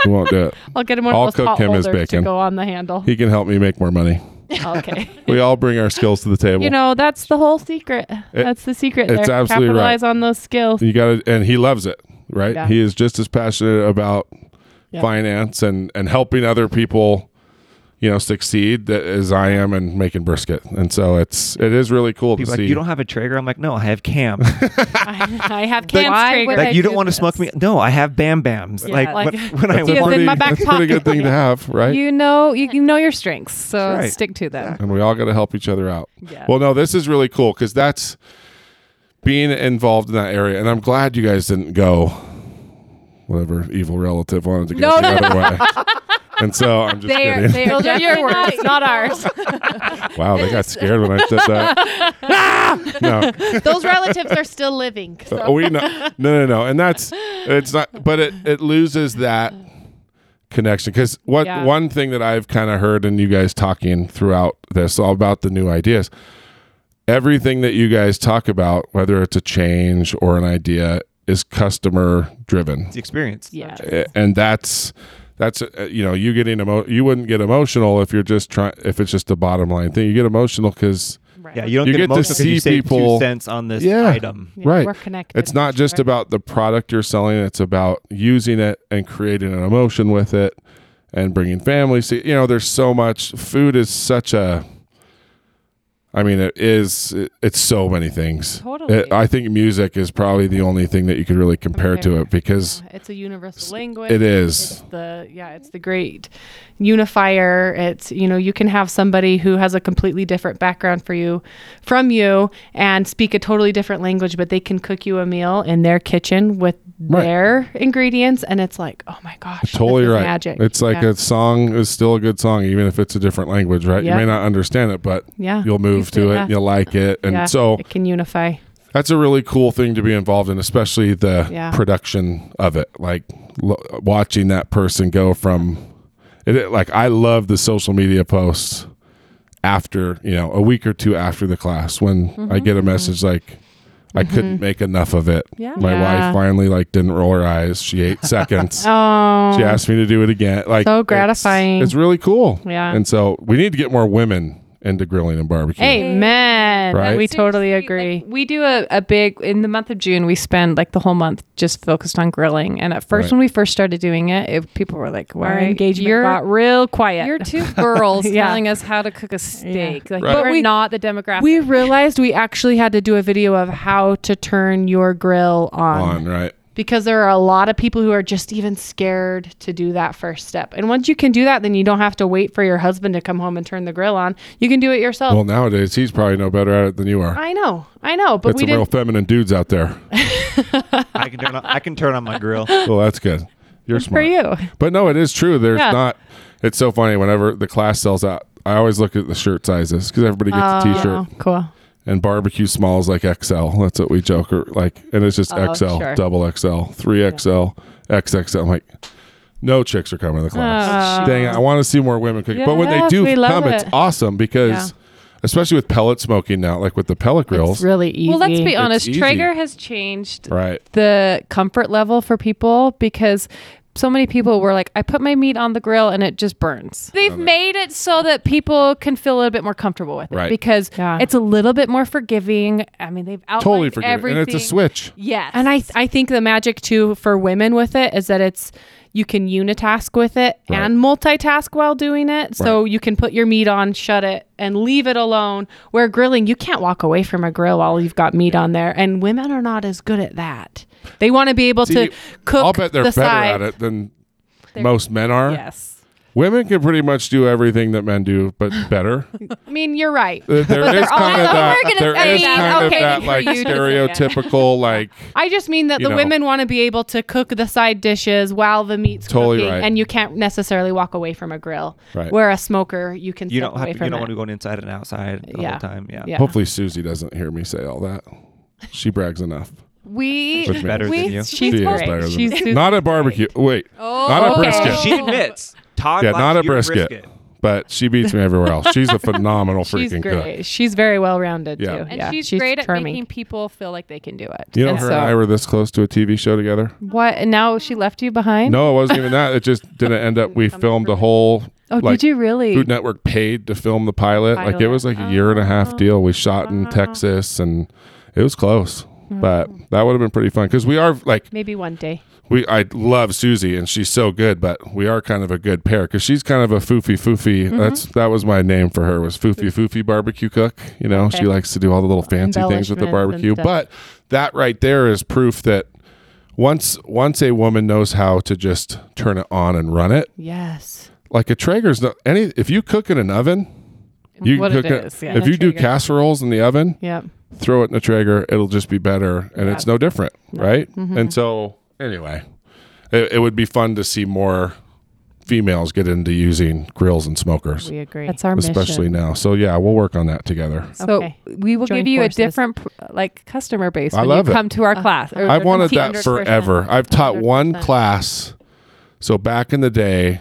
A: he won't do it.
D: I'll get him one
A: I'll
D: of those
A: cook
D: pot
A: him his
D: holders to
A: bacon.
D: go on the handle. Oh,
A: He can help me make more money.
D: Okay.
A: We all bring our skills to the table.
D: you know, that's the whole secret. that's the secret
A: it's
D: there.
A: absolutely right.
D: Capitalize on those skills.
A: you got to and he loves it, right?
D: Yeah.
A: He is just as passionate about
D: Yeah.
A: finance and and helping other people you know succeed that as I am and making brisket. And so it's it is really cool
B: People
A: to
B: are
A: see.
B: like, you don't have a Traeger? I'm like, no, I have Cam.
D: I have
C: Like,
D: Cam's
C: why
D: trigger.
C: would I
B: like, you don't
C: do
B: want to
C: this?
B: smoke me? No, I have Bam Bams. like,
C: like-
B: when, when I
A: That's a
D: He is in
B: want
A: pretty-
D: my back
A: that's a pretty good thing to have, right?
C: You know, you, you know your strengths, so
B: That's right.
C: stick to them.
A: and we all got to help each other out.
C: Yeah.
A: Well, no, this is really cool because that's being involved in that area, and I'm glad you guys didn't go. Whatever evil relative wanted to go
C: No,
A: the
C: no,
A: other way, and so I'm just
C: They are,
A: kidding.
C: they are
D: Those are your
C: definitely
D: words, not ours.
A: wow, they got scared when I said that. no,
D: Those relatives are still living.
A: Uh, we know, no, no, no, and that's it's not, but it it loses that connection because what
D: Yeah.
A: one thing that I've kind of heard in you guys talking throughout this all about the new ideas, everything that you guys talk about, whether it's a change or an idea, is customer driven,
B: the experience.
D: Yeah.
A: and that's. That's uh, you know you getting emo- you wouldn't get emotional if you're just trying if it's just a bottom line thing you get emotional because
D: Right.
B: Yeah, you don't
A: You
B: get,
A: get to
B: emotional 'cause
A: see
B: you save
A: people-
B: two cents on this
A: Yeah.
B: item.
D: Yeah,
A: right.
D: We're connected.
A: It's not just about the product you're selling. It's about using it and creating an emotion with it and bringing families. to- You know, there's so much. Food is such a. I mean, it is. It, it's so many things.
D: Totally.
A: It, I think music is probably the only thing that you could really compare to it because
D: It's a universal language.
A: it is.
D: It's the yeah, it's the great unifier. It's you know you can have somebody who has a completely different background for you from you and speak a totally different language, but they can cook you a meal in their kitchen with
A: Right.
D: their ingredients, and it's like oh my gosh,
A: Totally
D: this is
A: right.
D: Magic.
A: It's like
D: yeah.
A: a song is still a good song, even if it's a different language, right? You
D: Yeah.
A: may not understand it, but
D: Yeah.
A: you'll move
D: Uh, You
A: to
D: feel-
A: it, you'll like it. And
D: yeah,
A: so
D: it can unify.
A: that's a really cool thing to be involved in, especially the
D: Yeah.
A: production of it. Like lo- watching that person go from it, it- like I love the social media posts after, you know, a week or two after the class when I get a message like, I couldn't make enough of it.
C: Yeah.
A: My
D: Mm-hmm. Yeah.
A: wife finally like didn't roll her eyes. She ate seconds.
D: Oh,
A: She asked me to do it again. Like
D: So
A: it's-
D: gratifying.
A: It's, really cool.
D: Yeah.
A: And so we need to get more women into grilling and barbecue.
D: amen.
A: Right?
D: We totally
C: Seriously,
D: agree.
C: like, we do a, a big in the month of June. We spend like the whole month just focused on grilling. And at first,
A: Right.
C: when we first started doing it, it people were like, "Why
D: Our engagement
C: you're,
D: got real quiet.
C: You're two girls
D: Yeah.
C: telling us how to cook a steak.
A: Right.
C: Like, but
D: But
C: we're
D: we-
C: not the demographic.
D: we realized we actually had to do a video of how to turn your grill on,
A: On, right.
D: because there are a lot of people who are just even scared to do that first step. And once you can do that, then you don't have to wait for your husband to come home and turn the grill on. You can do it yourself.
A: Well, nowadays he's probably no better at it than you are.
D: I know, I know, but
A: That's
D: we
A: some
D: didn't.
A: real feminine dudes out there.
B: I can turn on, I can turn on my grill.
A: well, that's good. You're
C: for
A: smart.
C: you.
A: But no, it is true. There's
D: Yeah.
A: not. It's so funny. Whenever the class sells out, I always look at the shirt sizes because everybody gets
D: Oh,
A: a T-shirt
D: cool.
A: and barbecue smalls like XL. That's what we joke or like, and it's just
C: Oh,
A: XL,
C: sure.
A: double XL, three XL, XXL. I'm like, no chicks are coming to the class.
D: Oh.
A: Dang, it, I want to see more women cooking. but when they
D: Yes,
A: do
D: we love
A: come, it's
D: it.
A: awesome because, especially with pellet smoking now, like with the pellet
D: It's
A: grills,
D: really easy.
C: Well, let's be honest.
A: easy.
C: Traeger has changed
A: right?
C: the comfort level for people because so many people were like, I put my meat on the grill and it just burns. They've made it so that people can feel a little bit more comfortable with it
A: Right.
C: because
D: Yeah.
C: it's a little bit more forgiving. I mean, they've outlined
A: Totally forgive
C: everything.
A: and it's a switch.
C: Yes.
D: And I, I think the magic too for women with it is that it's you can unitask with it
A: Right.
D: and multitask while doing it. So you can put your meat on, shut it, and leave it alone. Where grilling, you can't walk away from a grill while you've got meat on there. And women are not as good at that. They want to be able
A: See,
D: to cook.
A: I'll bet they're
D: the
A: better at
D: side.
A: it than most men are.
C: yes.
A: Women can pretty much do everything that men do, but better.
D: I mean, you're right.
A: There- there is
C: all-
A: kind of
C: I thought
A: that.
C: we were gonna
A: There
C: say
A: is
C: that's
A: kind of
C: okay
A: that
C: for
A: like
C: you to say.
A: stereotypical like
D: I just mean that
A: You
D: the
A: know.
D: women want to be able to cook the side dishes while the meat's
A: Totally
D: cooking,
A: right.
D: and you can't necessarily walk away from a grill.
A: Right.
D: Where a smoker, you can.
B: You
D: step
B: don't have
D: away
B: to,
D: from
B: you don't
D: it.
B: want to go inside and outside the
D: Yeah.
B: whole time. Yeah.
D: Yeah.
A: Hopefully Susie doesn't hear me say all that. She brags enough.
C: We,
A: With me.
B: Better
C: we
B: than you.
C: she
A: She is
C: smoked-
A: better than
D: She's
A: me.
D: Susie.
A: not at barbecue. Wait, not at
C: Oh, okay.
A: brisket.
B: She admits. Todd
A: yeah,
B: likes
A: not at
B: your
A: brisket, but she beats me everywhere else. She's a phenomenal
D: She's
A: freaking
D: great.
A: cook.
D: She's very well rounded
A: Yeah.
D: too.
C: And
D: yeah.
C: she's, great at making people feel like they can do it.
A: You know,
C: And
A: her
C: so-
A: and I were this close to a TV show together.
C: what? And now she left you behind?
A: No, it wasn't even that. It just didn't end up. We filmed a whole.
C: Oh,
A: like,
C: did you really?
A: Food Network paid to film the pilot. Like it
D: Pilot.
A: was like a year and a
C: Oh.
A: half deal. We shot in Texas and it was close, but that would have been pretty fun because we are like
D: Maybe one day.
A: we. I love Susie and she's so good, but we are kind of a good pair because she's kind of a foofy foofy.
C: Mm-hmm.
A: That's that was my name for her was foofy foofy barbecue cook. You know she likes to do all the little fancy things with the
D: Embellishments
A: barbecue,
D: and
A: but that right there is proof that. Once once a woman knows how to just turn it on and run it,
D: Yes.
A: like a Traeger's not any. If you cook in an oven, you
C: What
A: can
C: it
A: cook it.
C: is, yeah.
A: If
C: In a
A: you do
C: Traeger.
A: casseroles in the oven,
D: Yep.
A: throw it in a Traeger. It'll just be better, and it's no different, right?
C: Mm-hmm.
A: And so, anyway, it, it would be fun to see more females get into using grills and smokers,
D: We agree.
C: That's our
A: especially
C: mission.
A: now. So yeah, we'll work on that together.
C: So
D: Okay.
C: we will
D: Join
C: give you
D: forces.
C: a different pr- like customer base
A: I
C: when
A: love it.
C: you come to our class. or
A: I've wanted
C: team.
A: that forever. I've taught one
D: 100%.
A: class. So back in the day,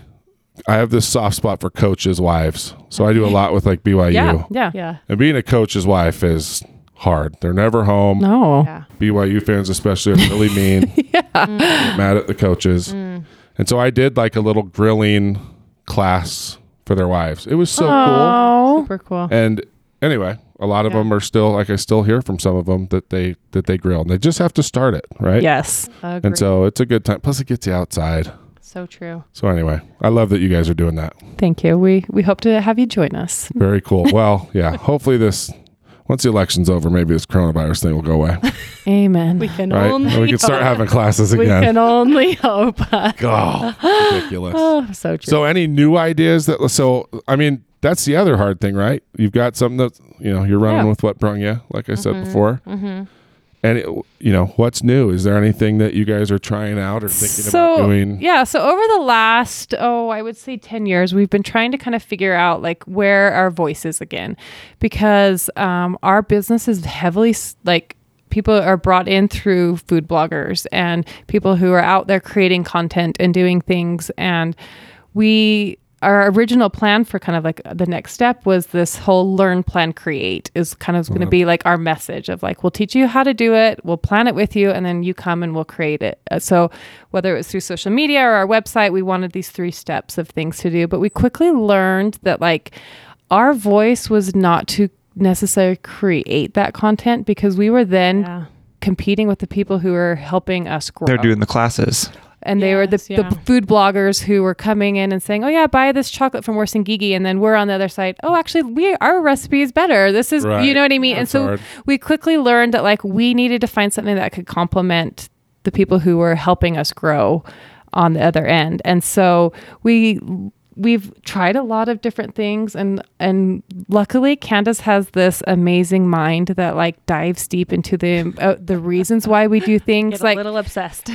A: I have this soft spot for coaches' wives. So I do a lot with like BYU.
C: Yeah, yeah,
D: yeah.
A: And being a coach's wife is hard. They're never home.
C: No,
D: Yeah.
A: BYU fans, especially, are really mean. Get Mad at the coaches.
D: Mm.
A: And so I did like a little grilling class for their wives. It was so cool.
C: Oh,
D: Super cool.
A: And anyway, a lot of
D: Yeah.
A: them are still like I still hear from some of them that they that they grill and they just have to start it right.
C: yes.
D: Agree.
A: And so it's a good time. Plus, it gets you outside.
D: so true.
A: So anyway, I love that you guys are doing that.
C: Thank you. We we hope to have you join us.
A: Very cool. Well, yeah. Hopefully this once the election's over, maybe this coronavirus thing will go away.
C: Amen.
D: We can
A: Right?
D: only
A: And we can start
D: hope.
A: having classes
D: We
A: again.
D: can only hope.
A: God, ridiculous.
D: oh, so true.
A: So any new ideas that so I mean that's the other hard thing, right? You've got something that you know you're running
D: Yeah.
A: with what brung you, like I said before.
D: Mhm.
A: And it, you know what's new? Is there anything that you guys are trying out or thinking about doing?
C: Yeah. So over the last, oh, I would say 10 years, we've been trying to kind of figure out like where our voice is again because um, our business is heavily s- like people are brought in through food bloggers and people who are out there creating content and doing things. And we, our original plan for kind of like the next step was this whole learn plan create is kind of going
B: Uh-huh.
C: to be like our message of like we'll teach you how to do it we'll plan it with you and then you come and we'll create it Uh, so whether it was through social media or our website we wanted these three steps of things to do but we quickly learned that like our voice was not to necessarily create that content because we were then
D: Yeah.
C: competing with the people who were helping us grow
B: They're doing the classes.
C: and they were the,
D: Yes, yeah.
C: the food bloggers who were coming in and saying, "Oh yeah, buy this chocolate from Gigi," and then we're on the other side. Oh, actually, we our recipe is better. This is you
A: Right.
C: know what I mean. and
A: That's
C: so
A: hard.
C: we quickly learned that like we needed to find something that could complement the people who were helping us grow on the other end. And so we we've tried a lot of different things and and luckily Candace has this amazing mind that like dives deep into the uh, the reasons why we do things
D: Get
C: like
D: a little obsessed.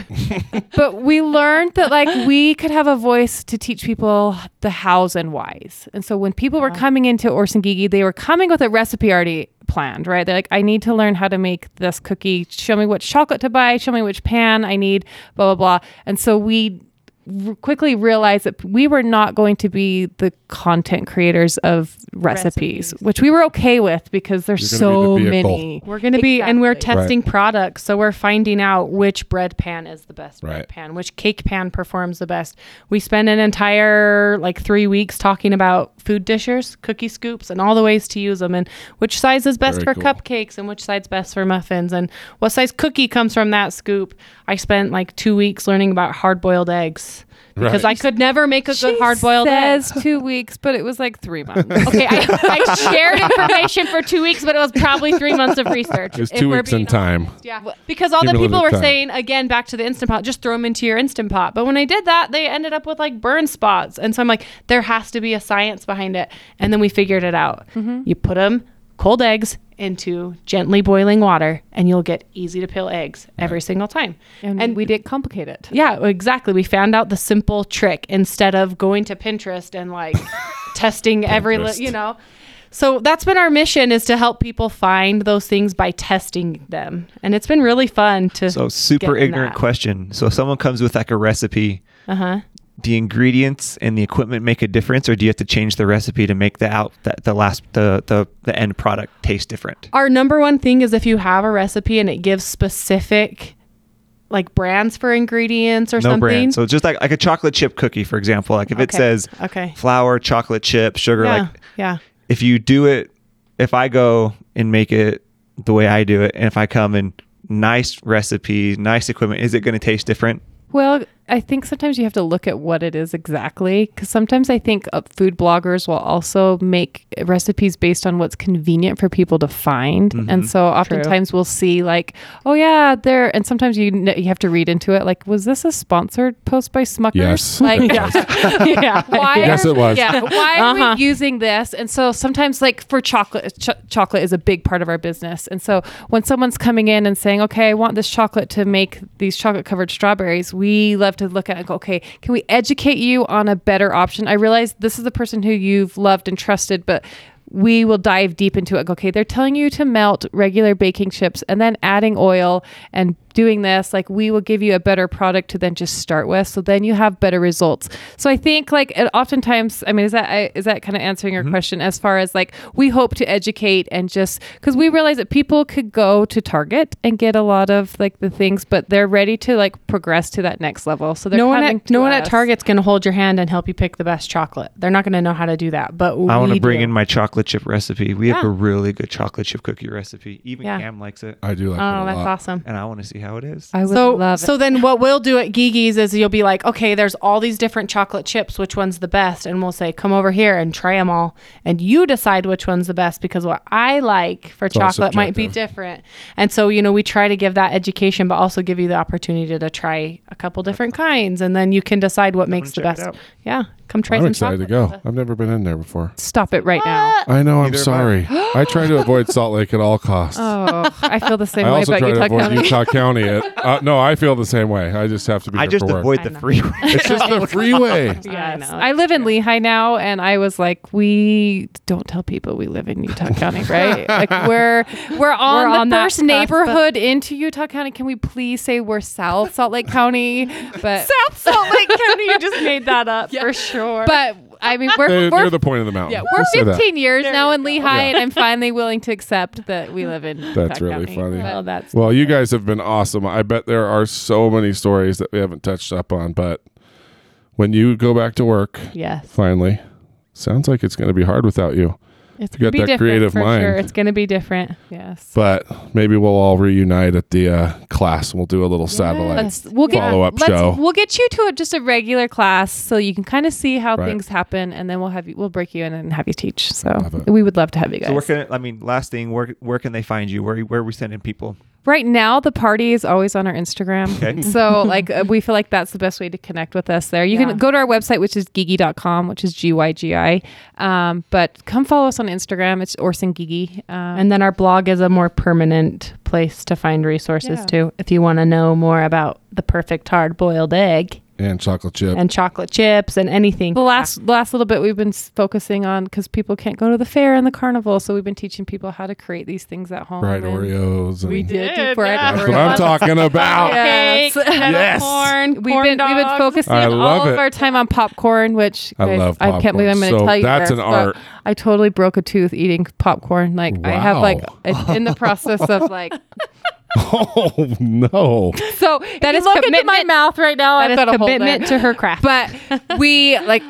C: but we learned that like we could have a voice to teach people the hows and whys. And so when people were coming into Orson Gigi, they were coming with a recipe already planned, right? They're like, I need to learn how to make this cookie. Show me which chocolate to buy. Show me which pan I need. Blah blah blah. And so we r- quickly realized that we were not going to be the content creators of recipes,
D: Recipes.
C: which we were okay with because there's
A: You're gonna
C: so
A: be the vehicle.
C: many.
D: We're going to be, and we're
C: Exactly.
D: testing products. So we're finding out which bread pan is the best bread
A: Right.
D: pan, which cake pan performs the best. We spend an entire like three weeks talking about food dishers, cookie scoops, and all the ways to use them, and which size is best
A: Very
D: for
A: cool.
D: cupcakes, and which size best for muffins, and what size cookie comes from that scoop. I spent like two weeks learning about hard boiled eggs because
A: Right.
D: I could never make a good
C: She
D: hard boiled egg.
C: says two weeks, but it was like three months.
D: Okay, I, I shared information for two weeks, but it was probably three months of research.
A: It's
D: if
A: two
D: we're
A: weeks in
D: being
A: time.
D: yeah, because all
A: Give
D: the
A: me a little
D: people
A: bit
D: were
A: of time.
D: saying again back to the instant pot, just throw them into your instant pot. But when I did that, they ended up with like burn spots, and so I'm like, there has to be a science behind it. And then we figured it out. You put them cold eggs into gently boiling water, and you'll get easy to peel eggs every single time.
C: and, we didn't complicate it.
D: Yeah, exactly. We found out the simple trick instead of going to Pinterest and like testing every, li-
A: Pinterest.
D: you know. So that's been our mission is to help people find those things by testing them. And it's been really fun to
B: So super
D: getting
B: ignorant
D: that.
B: question. So if someone comes with like a recipe,
D: Uh-huh.
B: the ingredients and the equipment make a difference, or do you have to change the recipe to make the out that the last the, the the end product taste different?
D: Our number one thing is if you have a recipe and it gives specific like brands for ingredients or
B: no
D: something.
B: brand. So just like like a chocolate chip cookie, for example. Like if it
D: Okay.
B: says
D: Okay.
B: flour, chocolate chip, sugar,
D: yeah.
B: like
D: yeah.
B: if you do it if I go and make it the way I do it, and if I come and nice recipe, nice equipment, is it gonna taste different?
C: Well, I think sometimes you have to look at what it is exactly because sometimes I think uh, food bloggers will also make recipes based on what's convenient for people to find.
A: Mm-hmm.
C: And so oftentimes we'll see, like, oh, yeah, there. And sometimes you, kn- you have to read into it, like, was this a sponsored post by Smuckers?
A: Yes.
C: Like,
A: It was.
D: yeah.
C: why
A: Yes,
C: are,
A: it was.
C: Yeah, why are
D: Uh-huh.
C: we using this? And so sometimes, like for chocolate, ch- chocolate is a big part of our business. And so when someone's coming in and saying, "Okay, I want this chocolate to make these chocolate covered strawberries," we love to look at it and go, "Okay, can we educate you on a better option?" I realize this is the person who you've loved and trusted, but we will dive deep into it. Okay, they're telling you to melt regular baking chips and then adding oil and doing this. Like, we will give you a better product to then just start with. So then you have better results. So I think, like, it oftentimes, I mean, is that I- is that kind of answering
A: Mm-hmm.
C: your question as far as like we hope to educate and just because we realize that people could go to Target and get a lot of like the things, but they're ready to like progress to that next level. So they're
D: no one
C: coming
D: at
C: to
D: no one at
C: us.
D: Target's going to hold your hand and help you pick the best chocolate. They're not going to know how to do that. But
B: I want to
D: we
B: bring
D: do.
B: in my chocolate chip recipe. We have
D: Yeah.
B: a really good chocolate chip cookie recipe. Even
D: Yeah.
B: Cam likes it,
A: I do like.
D: Oh,
A: that a
D: that's
A: lot.
D: awesome.
B: and I want to see how how it is?
C: I would
D: so,
C: love
D: so
C: it.
D: then what we'll do at Gigi's is you'll be like, okay, there's all these different chocolate chips. Which one's the best? And we'll say, come over here and try them all. And you decide which one's the best because what I like for
A: all
D: chocolate might be different. And so, you know, we try to give that education, but also give you the opportunity to try a couple different kinds. And then you can decide what makes the
B: check it
D: best.
B: out.
D: Yeah. Come try
A: I'm
D: some
A: excited to
D: chocolate.
A: go. I've never been in there before.
C: Stop it right now.
A: I know. I'm
B: Neither am I.
A: sorry. I try to avoid Salt Lake at all costs.
C: Oh, I feel the same
A: I
C: way
A: also
C: about
A: try to
C: Utah
A: avoid
C: County.
A: Utah County. At, uh, no, I feel the same way. I just have to be
B: I
A: here
B: just
A: for work.
B: avoid
D: I
B: the
D: know.
B: freeway.
A: it's just the freeway.
D: Yes.
C: Yes. I live in Lehigh now, and I was like, we don't tell people we live in Utah County, right? Like we're we're on
D: We're
C: the
D: on that
C: first
D: cusp,
C: neighborhood into Utah County. Can we please say we're South Salt Lake County? But
D: South Salt Lake County, you just made that up for sure.
C: but I mean, we're
A: They,
C: we're
A: are the point of the mountain.
C: yeah, we're
A: Let's say that.
C: 15 years
D: There
C: now
D: you
C: in
D: go.
C: Lehigh, and I'm finally willing to accept that we live in.
A: That's
C: Utah
A: really
C: County.
A: funny.
C: Well, that's
A: Well, you guys have been awesome. I bet there are so many stories that we haven't touched up on, but when you go back to work,
D: yes.
A: finally, sounds like it's going to be hard without you.
D: It's
A: You got
D: gonna be
A: that
D: different
A: creative
D: for
A: mind.
D: sure. It's gonna be different.
C: yes.
A: But maybe we'll all reunite at the uh, class and we'll do a little satellite.
C: Let's we'll get
A: follow-up
C: let's-
A: show.
C: We'll get you to a, just a regular class so you can kind of see how
A: Right.
C: things happen, and then we'll have you. We'll break you in and have you teach. So
A: Love it.
C: we would love to have you guys.
B: So where can I mean? Last thing, where where can they find you? Where where are we sending people?
C: right now, the party is always on our Instagram.
B: Okay.
C: So like uh, we feel like that's the best way to connect with us there. You
D: Yeah.
C: can go to our website, which is gigi.com, which is g y g i. Um, but come follow us on Instagram. It's Orson Gigi. Um,
D: And then our blog is a more permanent place to find resources
C: Yeah.
D: too. If you want to know more about the perfect hard boiled egg
A: And chocolate chip.
D: and chocolate chips and anything.
C: the last the last little bit we've been s- focusing on because people can't go to the fair and the carnival, so we've been teaching people how to create these things at home.
A: Fried
C: and-
A: Oreos. and-
C: We did, do
D: did,
C: fried
D: yeah.
A: That's
C: Oreos.
A: what I'm talking about.
C: Yeah. Yes.
D: Cupcakes, kettle
A: Yes.
D: corn,
C: We've
D: corn
C: been we've been
D: dogs.
C: focusing
A: I
C: all
A: love
C: of
A: it.
C: our time on popcorn, which
A: I
C: guys,
A: love
C: I can't believe I'm
A: popcorn.
C: going to
A: So
C: tell you
A: that's
C: this,
A: an
C: but
A: art.
C: I totally broke a tooth eating popcorn. Like I have like
A: Wow.
C: it's in the process of like
A: Oh, no.
C: so that
D: you
C: is
D: look into
C: commitment.
D: my
C: mouth right now.
D: That is
C: got
D: commitment to her craft.
C: But we like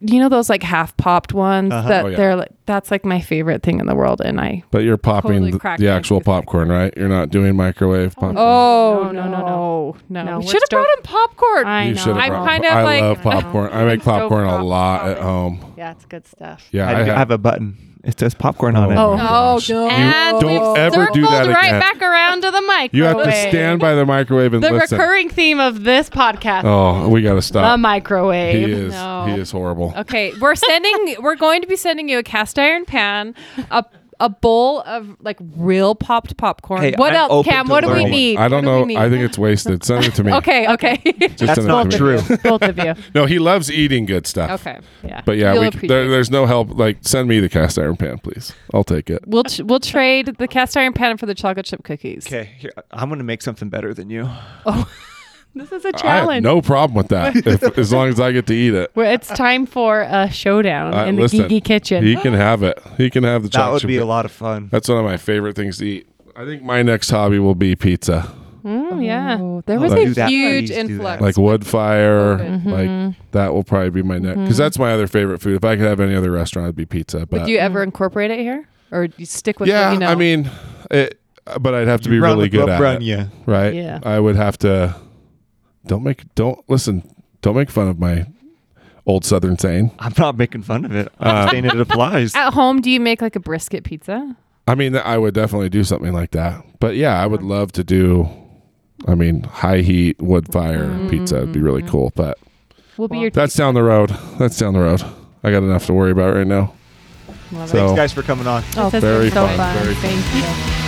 C: you know those like half popped ones that
A: Oh, yeah.
C: they're like that's like my favorite thing in the world, and I
A: But you're popping
C: Totally
A: th-
C: cracked
A: the
C: my
A: actual
C: tooth.
A: popcorn, right? You're not doing microwave popcorn.
C: oh
D: no, no,
C: no no,
D: No,
C: We
D: we're
C: should have
D: still-
C: brought him popcorn.
D: I
A: you
D: know.
A: should have
C: I'm
A: brought-
C: kind of
A: I
C: like-
A: love popcorn. I make
D: Stove
A: popcorn a
D: pop-
A: lot at
D: popping.
A: home.
D: yeah, it's good stuff.
A: Yeah,
B: I,
A: I,
B: do
A: have.
B: have a button. It says popcorn on it.
A: Oh,
C: No,
A: gosh.
C: no.
A: You
D: And
A: don't
D: we've
A: ever do that
D: circled right
A: again.
D: back around to the microwave.
A: You have to stand by the microwave and
D: The
A: listen.
D: recurring theme of this podcast:
A: oh, we got to
D: the
A: stop. he
D: microwave.
A: is.
C: Um, No.
A: He is horrible.
C: Okay, we're sending. we're going to be sending you a cast iron pan, a a bowl of like real popped popcorn.
B: Hey,
C: what
B: I'm
C: else,
B: open
C: Cam?
B: to
C: What do we
B: learning.
C: need?
A: I don't
C: What do we
A: know.
C: need?
A: I think it's wasted. Send it to me.
C: okay, okay,
A: Just
B: That's
A: send it to
B: not
A: me.
B: true.
D: Both of you.
A: No, he loves eating good stuff.
C: okay.
D: Yeah.
A: But yeah,
C: You'll
A: we,
C: appreciate
A: there,
C: it.
A: there's no help. Like, send me the cast iron pan, please. I'll take it.
C: We'll tr- we'll trade the cast iron pan for the chocolate chip cookies.
B: Okay, here, I'm gonna make something better than you.
D: this is a
A: I have
D: challenge.
A: no problem with that if, as long as I get to eat it.
D: Well, it's time for a showdown
A: Uh,
D: in the
A: listen,
D: Geeky Kitchen.
A: He can have it. He can have the
B: That
A: chocolate.
B: would be
A: chip.
B: a lot of fun.
A: That's one of my favorite things to eat. I think my next hobby will be pizza,
D: Mm, yeah.
C: Oh, there
B: Oh,
C: was
B: do
C: a
B: that.
C: huge
B: Please do
C: influx.
B: that.
A: like wood fire.
C: Mhm.
A: Like that will probably be my next because that's my other favorite food. If I could have any other restaurant, it'd be pizza. But
C: Would you ever incorporate it here, or do you stick with?
A: yeah,
C: what you know?
A: I mean, it. But I'd have to be
B: You run
A: really
B: with
A: good
B: Bob
A: at it,
B: Brunje.
A: right?
D: Yeah.
A: I would have to. Don't make. Don't listen. Don't make fun of my old Southern saying.
B: I'm not making fun of it. I'm
A: Uh,
B: just saying it applies.
C: at home, do you make like a brisket pizza?
A: I mean, I would definitely do something like that. But yeah, I would love to do. I mean, high heat wood fire pizza would be really cool. But
C: We'll be your
A: that's down the road. That's down the road. I got enough to worry about right now.
C: Love it.
A: So
B: Thanks guys for coming on.
D: This has
A: very
D: been so
A: fun,
D: fun.
A: very
D: Thank you.